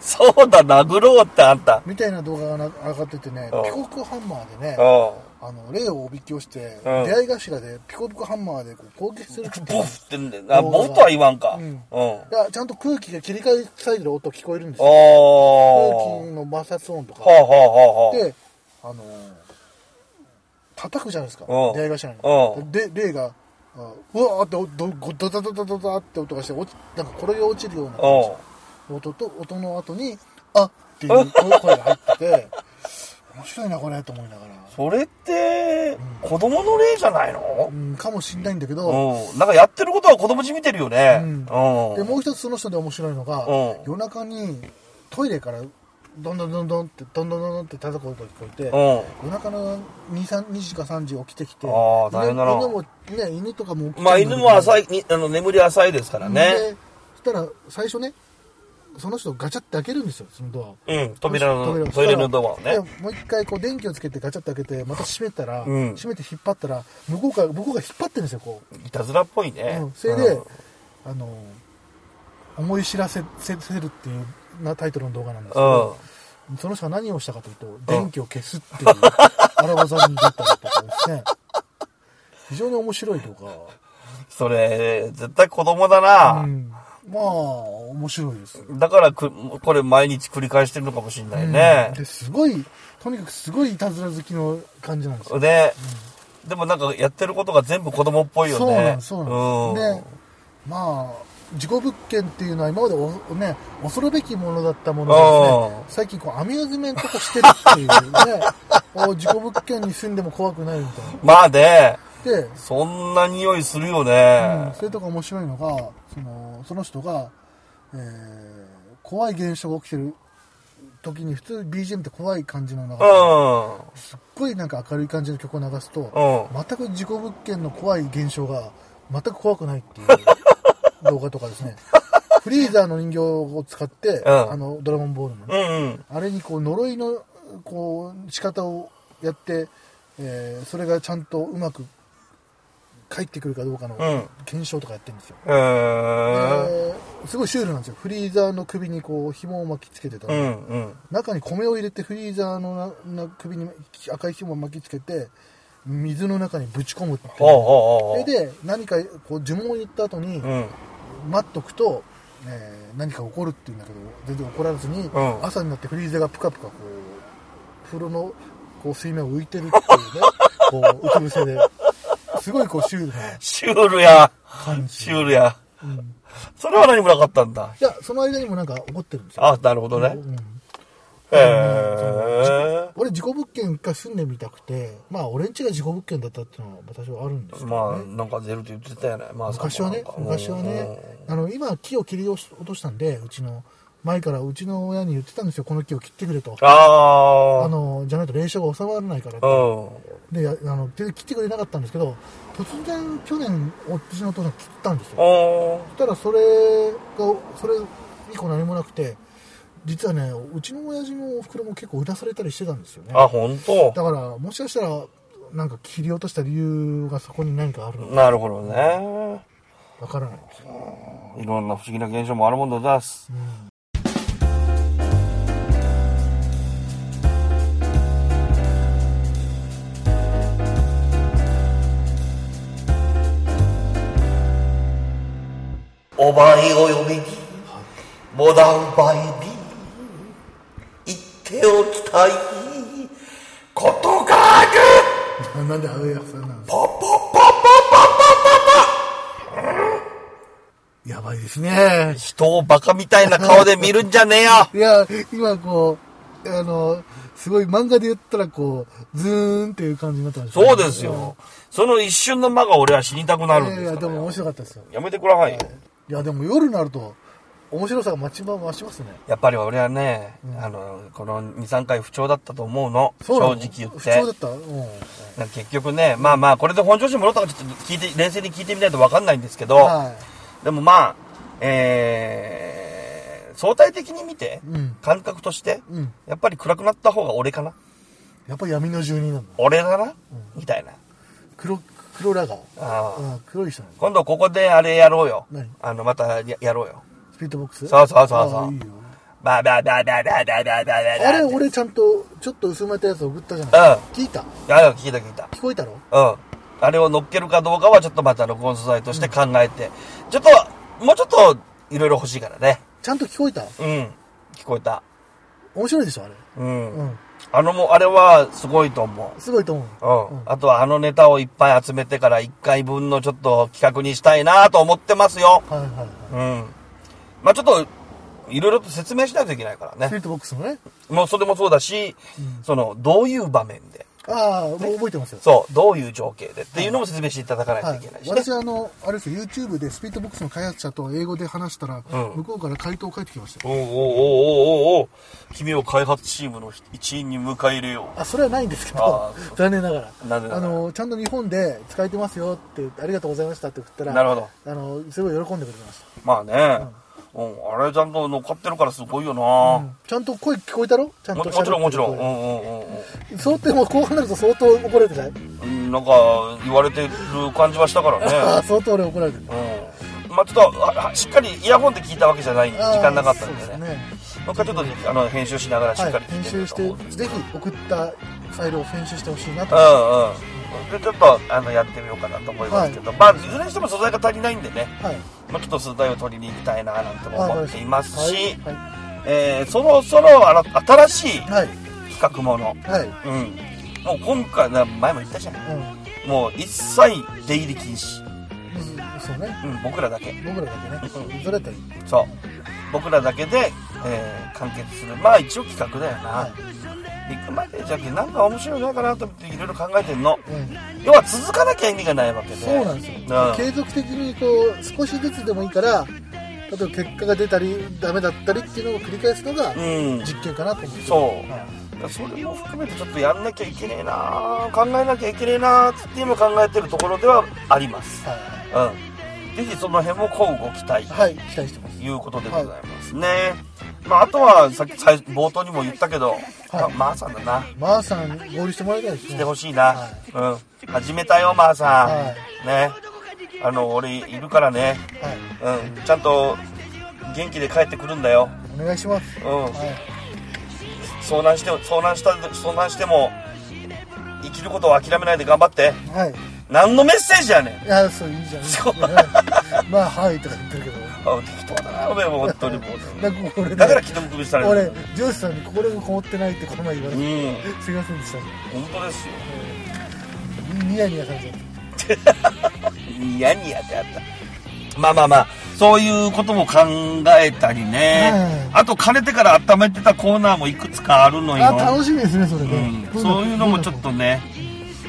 Speaker 1: そうだ、殴ろうってあんた。
Speaker 2: みたいな動画がな上がっててね
Speaker 1: うん
Speaker 2: ピコピコハンマーでね
Speaker 1: おう。
Speaker 2: あの霊をおびき寄せて、
Speaker 1: うん
Speaker 2: 出会い頭でピコピコハンマーでこう攻撃するっていう
Speaker 1: ボフってんだよな。ボフとは言わんか。
Speaker 2: う
Speaker 1: うんん。
Speaker 2: いやちゃんと空気が切り替えされてる音聞こえるんですよ
Speaker 1: お
Speaker 2: 空気
Speaker 1: ー。
Speaker 2: の摩擦音とか
Speaker 1: はあはあはあはあ。
Speaker 2: であの叩くじゃないですか
Speaker 1: うん
Speaker 2: 出会い頭
Speaker 1: う
Speaker 2: にで霊があうわーっておどごドタドタドタって音がして落ちなんか転げ落ちるような感じ
Speaker 1: おう。
Speaker 2: 音と音の後に「あっ」っていう声が入ってて 面白いなこれと思いながら、
Speaker 1: それって、子供の霊じゃないの
Speaker 2: うん、かもしんないんだけど、
Speaker 1: うん。なんかやってることは子供じみてるよね。
Speaker 2: う
Speaker 1: うんん。
Speaker 2: でもう一つその人で面白いのが、
Speaker 1: うん
Speaker 2: 夜中にトイレからどんどんどんどんってどんどんどんどんって叩く音が聞こえて、
Speaker 1: うん。
Speaker 2: 夜中の 2, 3 2時か3時起きてきて
Speaker 1: あー大変だな
Speaker 2: 犬もね犬とかも起きて
Speaker 1: まあ犬も浅
Speaker 2: い
Speaker 1: い、にあの、眠り浅いですからね。
Speaker 2: でそしたら最初ねその人ガチャって開けるんですよそのドアを
Speaker 1: うん。扉
Speaker 2: 扉
Speaker 1: の、
Speaker 2: を
Speaker 1: トイレのドアをね。
Speaker 2: でもう一回こう電気をつけてガチャって開けてまた閉めた
Speaker 1: う
Speaker 2: ら、
Speaker 1: ん
Speaker 2: 閉めて引っ張ったら向こうから向こうが引っ張ってるんですよこう、
Speaker 1: いたずらっぽいうね。
Speaker 2: ん、それで、あの思い知らせせせるっていうなタイトルの動画なんですけ
Speaker 1: うん。
Speaker 2: ど、その人は何をしたかというと電気を消すっていう荒技に出たりとかですね非常に面白い動
Speaker 1: それ、絶対子供だ
Speaker 2: 画、う
Speaker 1: な。
Speaker 2: ん、まあ面白いです
Speaker 1: だからく、これ毎日繰り返してるのかもしれないね
Speaker 2: うん。ですごいとにかくすごいいたずら好きの感じなんですよ
Speaker 1: で、でもなんかやってることが全部子供っぽいよね。
Speaker 2: そうなんですそうなんです、
Speaker 1: ん
Speaker 2: でまあ事故物件っていうのは今までお、ね、恐るべきものだったものがですね
Speaker 1: う
Speaker 2: 最近こうアミューズメント化してるっていう ねお事故物件に住んでも怖くないみたい
Speaker 1: まあね、
Speaker 2: なで、
Speaker 1: そんな匂いするよ
Speaker 2: うん
Speaker 1: ね。
Speaker 2: それとか面白いのがそのその人が、えー怖い現象が起きてる時に普通 BGM って怖い感じの流
Speaker 1: う
Speaker 2: れ
Speaker 1: ん。うん。
Speaker 2: すっごいなんか明るい感じの曲を流すと、
Speaker 1: う
Speaker 2: 全く事故物件の怖い現象が全く怖くないっ ていう動画とかですねフリーザーの人形を使って、
Speaker 1: うん
Speaker 2: あのドラゴンボールの、ね
Speaker 1: んうん。
Speaker 2: あれにこう呪いのこう仕方をやって、えーそれがちゃんとうまく返ってくるかどうかの
Speaker 1: うん
Speaker 2: 検証とかやってるんですよ、
Speaker 1: へー
Speaker 2: えーすごいシュールなんですよフリーザーの首にこう紐を巻きつけてた
Speaker 1: う
Speaker 2: ら、
Speaker 1: んうん。
Speaker 2: 中に米を入れてフリーザーのなな首に赤い紐を巻きつけて水の中にぶち込むっていう
Speaker 1: ほうほうほうほ
Speaker 2: それで何かこう呪文を言った後に
Speaker 1: う。うん。
Speaker 2: 待っとくと、えー何か起こるっていうんだけど全然起こらずに、
Speaker 1: うん
Speaker 2: 朝になってフリーザがプカプカこう風呂のこう水面を浮いてる っていうねこううつ伏せですごいこうシュールな
Speaker 1: シュールや。
Speaker 2: 感じ
Speaker 1: シュールや。それは何もなかったんだ。
Speaker 2: いやその間にもなんか起こってるんですよ、
Speaker 1: あ、なるほどね。
Speaker 2: うん
Speaker 1: へえ。
Speaker 2: 俺事故物件一回住んでみたくてまあ俺んちが事故物件だったっていうのは私はあるんですけど、ね
Speaker 1: まあ、なんか出ると言ってたよね。まあ、
Speaker 2: 昔はね
Speaker 1: なんか
Speaker 2: 昔はね。あの今木を切り落としたんでうちの前からうちの親に言ってたんですよこの木を切ってくれとあ
Speaker 1: あ
Speaker 2: のじゃないと連射が収まらないからっ
Speaker 1: あ。
Speaker 2: て
Speaker 1: うん。
Speaker 2: でやあの全然切ってくれなかったんですけど突然去年おうちのお父さん切ったんですよ
Speaker 1: おー
Speaker 2: そしたらそれがそれ以降何もなくて実はねうちの親父もおふくろも結構売らされたりしてたんですよね
Speaker 1: あ、本当
Speaker 2: だからもしかしたらなんか切り落とした理由がそこに何かあるのか
Speaker 1: なるほどね。
Speaker 2: わからない
Speaker 1: いろんな不思議な現象もあるもんだざす。お前を呼びに、モダンバイビー、行ってておきたいことがある
Speaker 2: なんでアウェイハさんなんですか
Speaker 1: ポポポポポポポポ
Speaker 2: やばいですね。
Speaker 1: 人をバカみたいな顔で見るんじゃねえよ
Speaker 2: いや、今こう、あの、すごい漫画で言ったらこう、ズーンっていう感じになってましたね、
Speaker 1: そうですよ。その一瞬の間が俺は死にたくなるん
Speaker 2: いやい
Speaker 1: です
Speaker 2: や、
Speaker 1: か
Speaker 2: で
Speaker 1: ら
Speaker 2: も面
Speaker 1: よ。
Speaker 2: 白かったですよ。
Speaker 1: やめてくださいよ。
Speaker 2: いや、でも夜になると、面白さが待ち場増しますね。
Speaker 1: やっぱり俺はね、あの、この2、3回不調だったと思うの。
Speaker 2: そう
Speaker 1: 正
Speaker 2: なの
Speaker 1: 直言って。
Speaker 2: 不調だったうん。
Speaker 1: なんか結局ね、まあまあ、これで本調子に戻ったかちょっと聞いて、冷静に聞いてみないと分かんないんですけど、
Speaker 2: は
Speaker 1: でもまあ、えー、相対的に見て、
Speaker 2: うん
Speaker 1: 感覚として、
Speaker 2: い。うん。
Speaker 1: やっぱり暗くなった方が俺かな
Speaker 2: やっぱ闇の住人なんだ。
Speaker 1: 俺だな、みたいな。
Speaker 2: 黒、黒ラガー。
Speaker 1: あー
Speaker 2: うん、黒い人なんだ。
Speaker 1: 今度ここであれやろうよ
Speaker 2: 何。
Speaker 1: あの、またややろうよ。
Speaker 2: スピードボックス
Speaker 1: そうそうそうそう
Speaker 2: あーいいよ
Speaker 1: バーバーバーバーバーバーバーバーバー
Speaker 2: あれ、俺ちゃんと、ちょっと薄めたやつ送ったじゃ
Speaker 1: うん
Speaker 2: ない聞いた
Speaker 1: あ聞いた聞いた。
Speaker 2: 聞こえたろ
Speaker 1: うん。あれを乗っけるかどうかはちょっとまた録音素材として考えて、ちょっと、もうちょっと、いろいろ欲しいからね。
Speaker 2: ちゃんと聞こえた
Speaker 1: うん。聞こえた。
Speaker 2: 面白いでしょ、あれ。
Speaker 1: うん。
Speaker 2: うん。
Speaker 1: あのもう、あれはすごいと思う。
Speaker 2: すごいと思う。
Speaker 1: うん。
Speaker 2: うん
Speaker 1: あとはあのネタをいっぱい集めてから1回分のちょっと企画にしたいなと思ってますよ。
Speaker 2: はいはいはい。
Speaker 1: うん。まあちょっと、いろいろと説明しないといけないから
Speaker 2: スピ
Speaker 1: ね。
Speaker 2: ートボックスのね。
Speaker 1: もうそれもそうだし、その、どういう場面で、
Speaker 2: ああ、もう覚えてますよ。
Speaker 1: そう、どういう情景でっていうのも説明していただかない
Speaker 2: は
Speaker 1: と
Speaker 2: い
Speaker 1: いけない、しね。
Speaker 2: 私あの、あれですよ、YouTube でスピートボックスの開発者と英語で話したら、
Speaker 1: うん
Speaker 2: 向こうから回答を返ってきましたよ。
Speaker 1: おうおうおうおうおうおう君を開発チームの一員に迎え入れよ
Speaker 2: あ、それはないんですけ
Speaker 1: あ
Speaker 2: ど、残念ながら。
Speaker 1: 残念ながら
Speaker 2: あの、ちゃんと日本で使えてますよって、ありがとうございましたって送ったら、
Speaker 1: なるほど。
Speaker 2: あの、すごい喜んでくれまし
Speaker 1: う。まあね、うん、あれちゃんと乗っかってるからすごいよ
Speaker 2: た。
Speaker 1: な、
Speaker 2: うんちゃんと声聞こえたろちゃん
Speaker 1: も
Speaker 2: と
Speaker 1: もちろんもちろん。
Speaker 2: 喋
Speaker 1: う
Speaker 2: っ
Speaker 1: ん
Speaker 2: て
Speaker 1: うんう
Speaker 2: る
Speaker 1: ん
Speaker 2: 声そうってもう後半になると相当怒られてない
Speaker 1: うん。なんか言われてる感じはしたから
Speaker 2: ああ、
Speaker 1: ね。
Speaker 2: 相当俺怒られてる。
Speaker 1: うん。まあちょっとははしっかりイヤホンで聞いたわけじゃない時
Speaker 2: ああ
Speaker 1: 間なかったんで
Speaker 2: そ
Speaker 1: ね。
Speaker 2: う
Speaker 1: もう一回ちょっとあの編集しながらしっかり、
Speaker 2: はい
Speaker 1: 聞いて
Speaker 2: 編
Speaker 1: み
Speaker 2: 集
Speaker 1: る
Speaker 2: し
Speaker 1: と
Speaker 2: て、
Speaker 1: 思う。
Speaker 2: ぜひ送ったファイルを編集してほしいなと。
Speaker 1: うんうん。でちょっとあのやってみようかなと思いますけど、まあいずれにしても素材が足りないんでね。
Speaker 2: はい。
Speaker 1: まあ、ちょっと素材を取りに行きたいななんても思っていますし、
Speaker 2: はい。
Speaker 1: えーそろそろあら新しい
Speaker 2: はい。
Speaker 1: 企画もの、
Speaker 2: はい。
Speaker 1: うん、もう今回な前も言ったじゃん
Speaker 2: うん。
Speaker 1: もう一切出入り禁止、
Speaker 2: うんそうね。
Speaker 1: うん、僕らだけ
Speaker 2: 僕らだけね。ずれたり。
Speaker 1: そう僕らだけで、えー完結するまあ一応企画だよな、
Speaker 2: はい。
Speaker 1: 行くまでじゃけなんか面白いのないかなと思っていろいろ考えてんの
Speaker 2: うん。
Speaker 1: 要は続かなきゃ意味がないわけで
Speaker 2: そうなんですよ。継続的にこう、少しずつでもいいから、例えば結果が出たり、ダメだったりっていうのを繰り返すのが、
Speaker 1: うん、うん
Speaker 2: 実験かなと思って。
Speaker 1: そう
Speaker 2: はい
Speaker 1: それも含めてちょっとやんなきゃいけねえな考えなきゃいけねえなって今考えてるところではあります
Speaker 2: は
Speaker 1: うんぜひその辺も乞うご期待
Speaker 2: い。はい。期待してます。
Speaker 1: ということでございますね、まああとはさっき最冒頭にも言ったけど、まあマーさんだな
Speaker 2: まーさん、合流してもらいたいですね。
Speaker 1: 来てほしい
Speaker 2: は
Speaker 1: な、うん始めたよマーさん、
Speaker 2: は
Speaker 1: ねあの俺いるからね
Speaker 2: い。はい。
Speaker 1: うんちゃんと元気で帰ってくるんだよ
Speaker 2: お願いします。
Speaker 1: うん
Speaker 2: はい。
Speaker 1: 遭難しても遭難した遭難しても生きることを諦めないで頑張って
Speaker 2: はい。
Speaker 1: 何のメッセージやねん
Speaker 2: いや、そう、いいじゃん。
Speaker 1: そう
Speaker 2: いいじゃんはい まあ、はいとか言ってるけど。
Speaker 1: あ適当だなおめえもう本当にも
Speaker 2: な
Speaker 1: うん
Speaker 2: か俺ね
Speaker 1: だから既読無視され
Speaker 2: 俺
Speaker 1: る、
Speaker 2: ジョージさんに心がこもってないってこの前言われ
Speaker 1: う
Speaker 2: て、
Speaker 1: ん
Speaker 2: すいませんでした。
Speaker 1: 本当ですよ
Speaker 2: ニヤニヤされちゃって。
Speaker 1: ニヤニヤってあったまあまあまあそういうことも考えたりね、
Speaker 2: は
Speaker 1: あとかねてから温めてたコーナーもいくつかあるのよ
Speaker 2: あ、楽しみですね、それ
Speaker 1: う
Speaker 2: ね
Speaker 1: ん。そういうのもちょっとね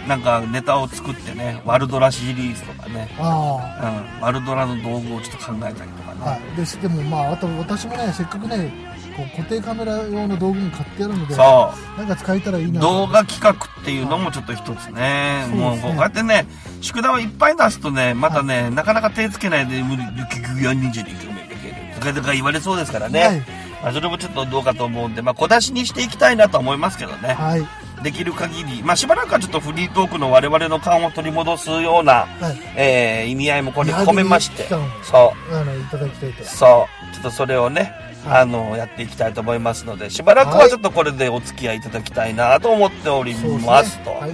Speaker 1: なんかネタを作ってねワルドラシリーズとかね、
Speaker 2: あ
Speaker 1: うん、ワルドラの道具をちょっと考えたりとか
Speaker 2: あ、
Speaker 1: ね、
Speaker 2: はい。でしでも、まあ、あと私もね、せっかくね、こう固定カメラ用の道具も買ってあるので、
Speaker 1: そう
Speaker 2: なんか使えたらいいな。
Speaker 1: 動画企画っていうのもちょっと一つね、
Speaker 2: そう
Speaker 1: も
Speaker 2: で
Speaker 1: う
Speaker 2: すね
Speaker 1: こうやってね宿題をいっぱい出すとねまたね、なかなか手つけないで無理結局やんねえんじゃねえかお前だけとかとか言われそうですからね、
Speaker 2: はい
Speaker 1: まあ、それもちょっとどうかと思うんで、まあ、小出しにしていきたいなと思いますけどね、
Speaker 2: はい。
Speaker 1: できる限り、まあ、しばらくはちょっとフリートークの我々の感を取り戻すような、
Speaker 2: はい。
Speaker 1: えー意味合いもこれに込めまして
Speaker 2: リハビリ期間
Speaker 1: そう
Speaker 2: あの、いただきたいと。
Speaker 1: そうちょっとそれをねあのやっていきたいと思いますのでしばらくはちょっとこれでお付き合いいただきたいなと思っており
Speaker 2: そうですね。
Speaker 1: ますと
Speaker 2: はい。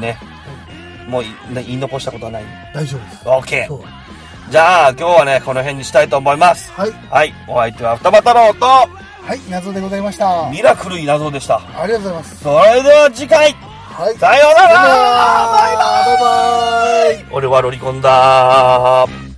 Speaker 1: ねもういね言い残したことはない
Speaker 2: 大丈夫です。そう
Speaker 1: OK じゃあ今日はねこの辺にしたいと思います
Speaker 2: はい。
Speaker 1: はいお相手は二俣郎と
Speaker 2: 原はい、謎でございました。あり
Speaker 1: ミラクル稲造でした。
Speaker 2: がとうございます。
Speaker 1: それでは次回、
Speaker 2: はい。
Speaker 1: さようなら
Speaker 2: バイバイ
Speaker 1: 俺はロリコンだー。